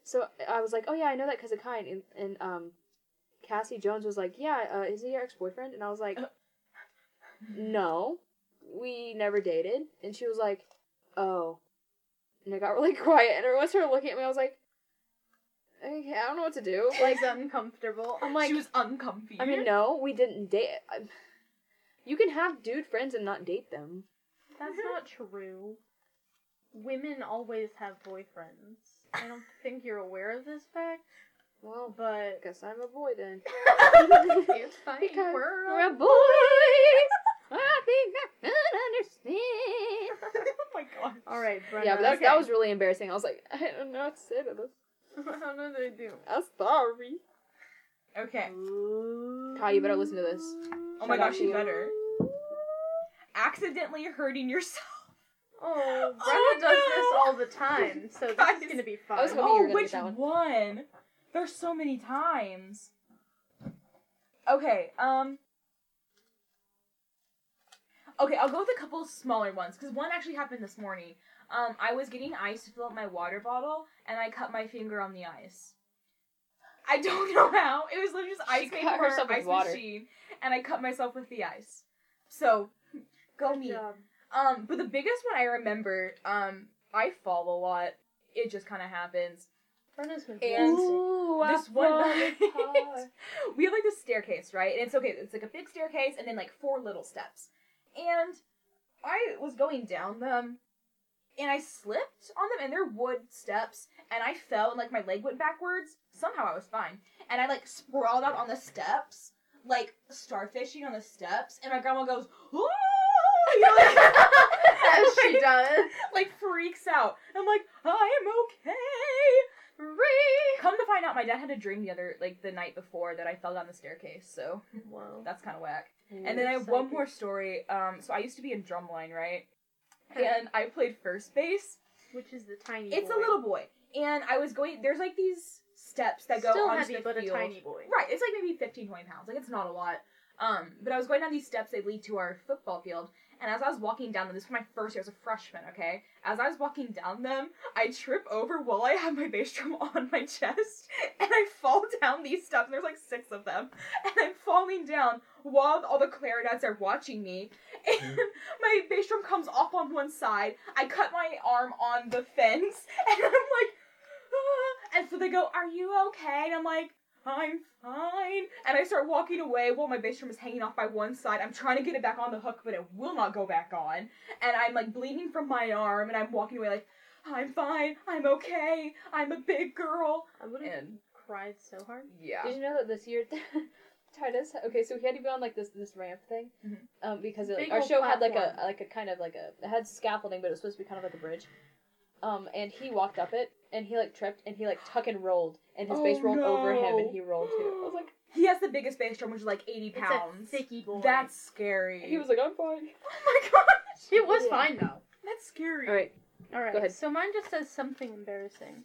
S1: so I was like, oh yeah, I know that because of kind, and, and um, Cassie Jones was like, yeah, uh, is he your ex boyfriend? And I was like, no, we never dated. And she was like, oh, and I got really [LAUGHS] quiet, and everyone started looking at me. I was like, okay, I don't know what to do. [LAUGHS] Like,
S2: Like uncomfortable.
S1: I'm like,
S3: she was uncomfy.
S1: I mean, no, we didn't date. I'm- You can have dude friends and not date them. [LAUGHS]
S2: That's not true. Women always have boyfriends. I don't think you're aware of this fact,
S1: Well, [LAUGHS]
S2: but [LAUGHS]
S1: guess I'm a boy then.
S2: it's fine.
S1: Because
S2: we're,
S1: We're
S2: a-
S1: boys. I think I can understand.
S3: [LAUGHS] oh my god.
S2: All right, Brenda.
S1: Yeah, but
S2: [LAUGHS]
S1: that's, that was really embarrassing. I was like, I don't know what to say to this.
S2: [LAUGHS] I don't know what they do.
S1: I'm sorry.
S3: Okay.
S1: Kai, you better listen to this.
S3: Oh my
S1: Shout out
S3: gosh,
S1: to
S3: you
S1: you.
S3: better. Accidentally hurting yourself.
S2: Oh, Brenda
S3: Oh,
S2: does
S3: no.
S2: this all the time, so this
S3: Guys.
S2: is gonna be fun.
S1: I was hoping you were
S3: Oh,
S1: gonna
S3: which
S1: get that one.
S3: one? There's so many times. Okay, um. Okay, I'll go with a couple smaller ones because one actually happened this morning. Um, I was getting ice to fill up my water bottle, and I cut my finger on the ice. I don't [LAUGHS] know how. It was literally just
S1: She
S3: ice making
S1: cut
S3: her
S1: herself with
S3: ice
S1: water.
S3: machine, and I cut myself with the ice. So, go me. Um, but the biggest one I remember, um, I fall a lot. It just kind of happens.
S2: Brenna's been blessed.
S3: And-
S2: [LAUGHS]
S1: Ooh, I
S3: this one
S1: fall
S3: night- [LAUGHS]
S1: apart.
S3: we have like this staircase, right? And it's okay, it's like a big staircase and then like four little steps. And I was going down them and I slipped on them and they're wood steps and I fell and like my leg went backwards. Somehow I was fine. And I like sprawled out on the steps, like starfishing on the steps, and my grandma goes, Ooh! [LAUGHS] You know, like-
S2: [LAUGHS] As she does.
S3: like freaks out. I'm like, I'm okay. Ree. Come to find out, my dad had a dream the other, like the night before, that I fell down the staircase. So
S2: Wow.
S3: that's kind of whack. And then I have one more story. Um, so I used to be in drumline, right? And I played first base.
S2: Which is the tiny
S3: It's a
S2: boy.
S3: little boy, and I was going. There's like these steps that go
S2: Still
S3: onto
S2: heavy,
S3: the
S2: but a
S3: field.
S2: tiny boy.
S3: Right, it's like maybe 15, 20 pounds. Like, it's not a lot. Um, but I was going down these steps that lead to our football field, and as I was walking down them, this was my first year as a freshman, okay? As I was walking down them, I trip over while I have my bass drum [LAUGHS] on my chest, and I fall down these steps. There's like six of them, and I'm falling down while all the clarinets are watching me, [LAUGHS] and my bass drum comes off on one side. I cut my arm on the fence, [LAUGHS] and I'm like, "Ah." and so they go, "Are you okay?" And I'm like. I'm fine. And I start walking away while my bass drum is hanging off by one side. I'm trying to get it back on the hook, but it will not go back on. And I'm like bleeding from my arm, and I'm walking away like, I'm fine. I'm okay. I'm a big girl.
S2: I would have
S3: And
S2: cried so hard.
S3: yeah.
S1: Did you know that this year [LAUGHS] Titus? Okay, so he had to go on like this this ramp thing,
S3: Mhm.
S1: um, because it,
S2: Big
S1: our
S2: old
S1: show had like a
S2: platform.
S1: like a kind of like a it had scaffolding, but it was supposed to be kind of like a bridge. Um, and he walked up it, and he like tripped, and he like tuck and rolled, and his
S3: Oh,
S1: base rolled over him,
S3: no.
S1: and he rolled too. I was like,
S3: He has the biggest bass drum, which is like 80 pounds.
S2: It's a thicky boy.
S3: That's scary.
S1: he was like, I'm fine.
S3: oh my gosh.
S2: It was
S1: Yeah.
S2: fine though.
S3: [LAUGHS] That's scary.
S1: All right,
S2: All right.
S1: Go ahead.
S2: So mine just says something embarrassing.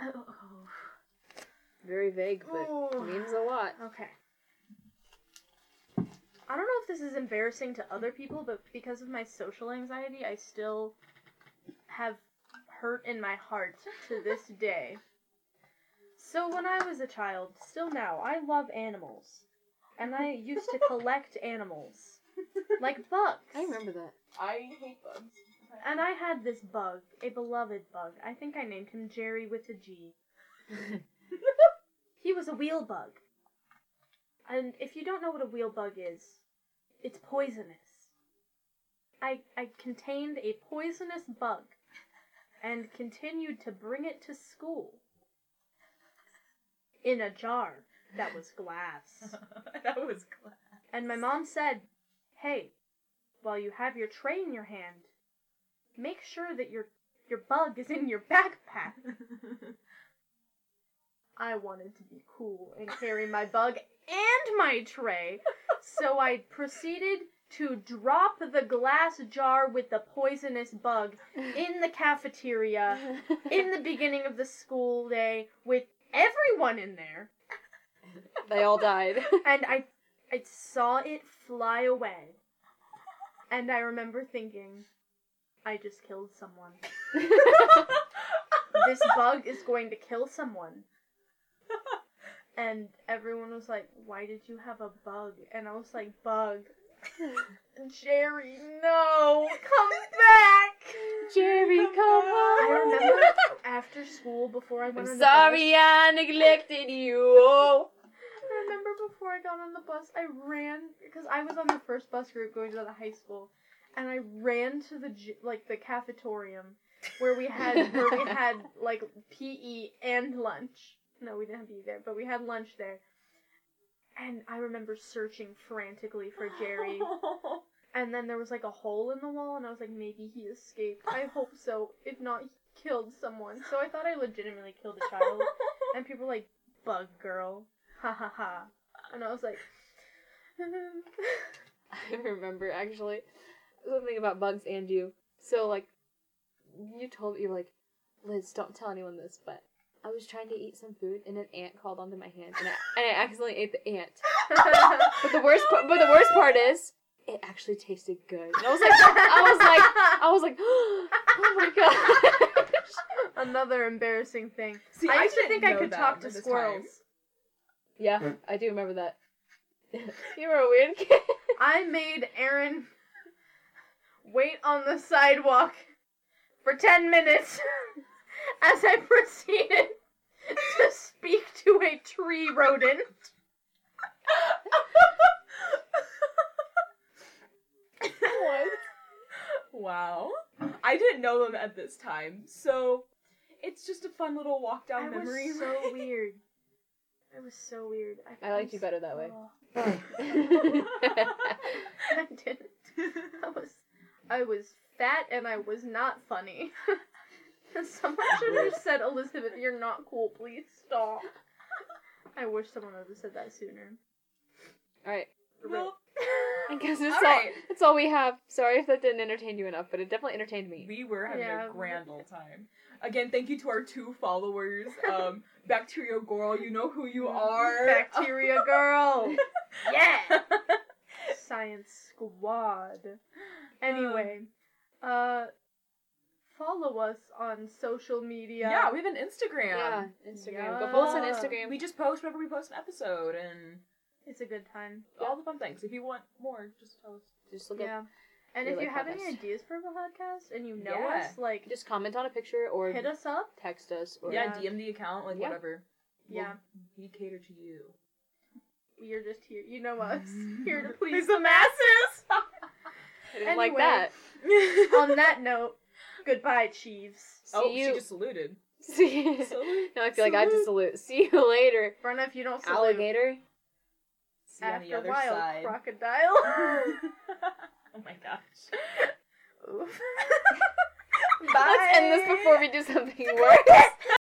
S2: Oh.
S1: very vague,
S2: Oh.
S1: but means a lot.
S2: Okay. I don't know if this is embarrassing to other people, but because of my social anxiety, I still have hurt in my heart
S1: [LAUGHS]
S2: to this day. So, when I was a child, still now, I love animals. And I used to collect
S1: [LAUGHS]
S2: animals, like bugs.
S1: I remember that.
S3: I hate bugs.
S2: And I had this bug, a beloved bug. I think I named him Jerry with a G. He was a wheel bug. And if you don't know what a wheel bug is, it's poisonous. I, I contained a poisonous bug and continued to bring it to school in a jar that was glass.
S3: [LAUGHS] that was glad.
S2: And my mom said, "Hey, while you have your tray in your hand, make sure that your your bug is in your backpack." I wanted to be cool and carry my bug and my tray, so I proceeded to drop the glass jar with the poisonous bug in the cafeteria
S1: [LAUGHS]
S2: in the beginning of the school day with everyone in there
S1: they all died.
S2: and I I saw it fly away. And I remember thinking, I just killed someone. This bug is going to kill someone. And everyone was like, Why did you have a bug? And I was like, Bug. Jerry, no! Come back!
S1: [LAUGHS] Jerry, come on.
S2: I
S3: [LAUGHS]
S2: remember after school before I went on
S1: I'm
S2: the bus-
S1: sorry I neglected you.
S2: I remember before I got on the bus, I ran because I was on the first bus group going to the high school, and I ran to the gy- like the cafetorium where we had where we had like PE and lunch. No, we didn't have PE there, but we had lunch there. And I remember searching frantically for
S3: [LAUGHS]
S2: Jerry. And then there was like a hole in the wall, and I was like, maybe he escaped. I hope so. If not, he killed someone. So I thought I legitimately killed a [LAUGHS] child. And people were like, bug girl. Ha ha ha. And I was like,
S1: [LAUGHS] I remember actually something about bugs and you. So like, you told me you were like, Liz, don't tell anyone this, but I was trying to eat some food and an ant crawled onto my hand and I, and I accidentally ate the ant. But the worst, part, but the worst part is it actually tasted good. And I was like, I was like, I was like, [GASPS] oh my god.
S2: [LAUGHS]
S1: [LAUGHS]
S2: Another embarrassing thing.
S3: See,
S2: I used to
S3: didn't
S2: think I
S3: know
S2: could
S3: that
S2: talk
S3: at
S2: to
S3: this time.
S2: squirrels.
S1: yeah, I do remember that. [LAUGHS] you were a weird kid.
S2: I made Aaron wait on the sidewalk for 10 minutes [LAUGHS] as I proceeded to speak to a tree rodent.
S3: Wow. I didn't know them at this time, so it's just a fun little walk down
S2: I
S3: memory.
S2: was
S3: lane. [LAUGHS]
S2: so [LAUGHS] weird. I was so weird.
S1: I liked you better that way.
S2: Oh, [LAUGHS] I didn't. I was, I was fat and I was not funny. [LAUGHS] someone should have said, Elizabeth, you're not cool. Please stop. [LAUGHS] I wish someone would have said that sooner.
S1: [LAUGHS] all right,
S3: well,
S1: I guess that's all.
S3: all right.
S1: That's all we have. Sorry if that didn't entertain you enough, but it definitely entertained me.
S3: [LAUGHS] We were having
S2: Yeah.
S3: a grand old time. Again, thank you to our two followers.
S2: [LAUGHS]
S3: Um, Bacteria Girl, you know who you are.
S2: Mm-hmm. Bacteria girl.
S3: yeah.
S2: [LAUGHS] Science squad. Anyway, uh, follow us on social media.
S3: Yeah, we have an Instagram.
S1: Yeah, Instagram. Go follow us on
S2: Yeah.
S1: Instagram.
S3: We just post whenever we post an episode and
S2: it's a good time.
S3: all the fun things. If you want more, just tell us.
S1: just look
S2: Yeah. And
S1: We
S2: if
S1: like
S2: you have any
S1: podcasts.
S2: ideas for a podcast and you know
S3: Yeah.
S2: us, like
S1: up. Just comment on a picture or
S2: hit us up.
S1: text us. Or
S3: Yeah,
S2: Yeah.
S3: DM the account, like
S1: Yeah.
S3: whatever. We'll-
S2: Yeah.
S3: we cater to you.
S2: We are just here. You know
S3: [LAUGHS]
S2: us. Here to
S3: Please [LAUGHS]
S2: please.
S3: the masses.
S1: I didn't like
S2: Anyway.
S1: that.
S2: on that note, goodbye, Chiefs.
S3: oh,
S1: See you.
S3: she just saluted.
S1: [LAUGHS] See,
S3: Salute.
S1: now I feel like I have to salute. See you later,
S2: Brenna, if you don't salute
S1: alligator.
S3: See you on the
S2: after
S3: other
S2: a while,
S3: side.
S2: crocodile. [LAUGHS]
S3: [LAUGHS] oh my gosh.
S2: Oof.
S1: Let's end this before we do something worse.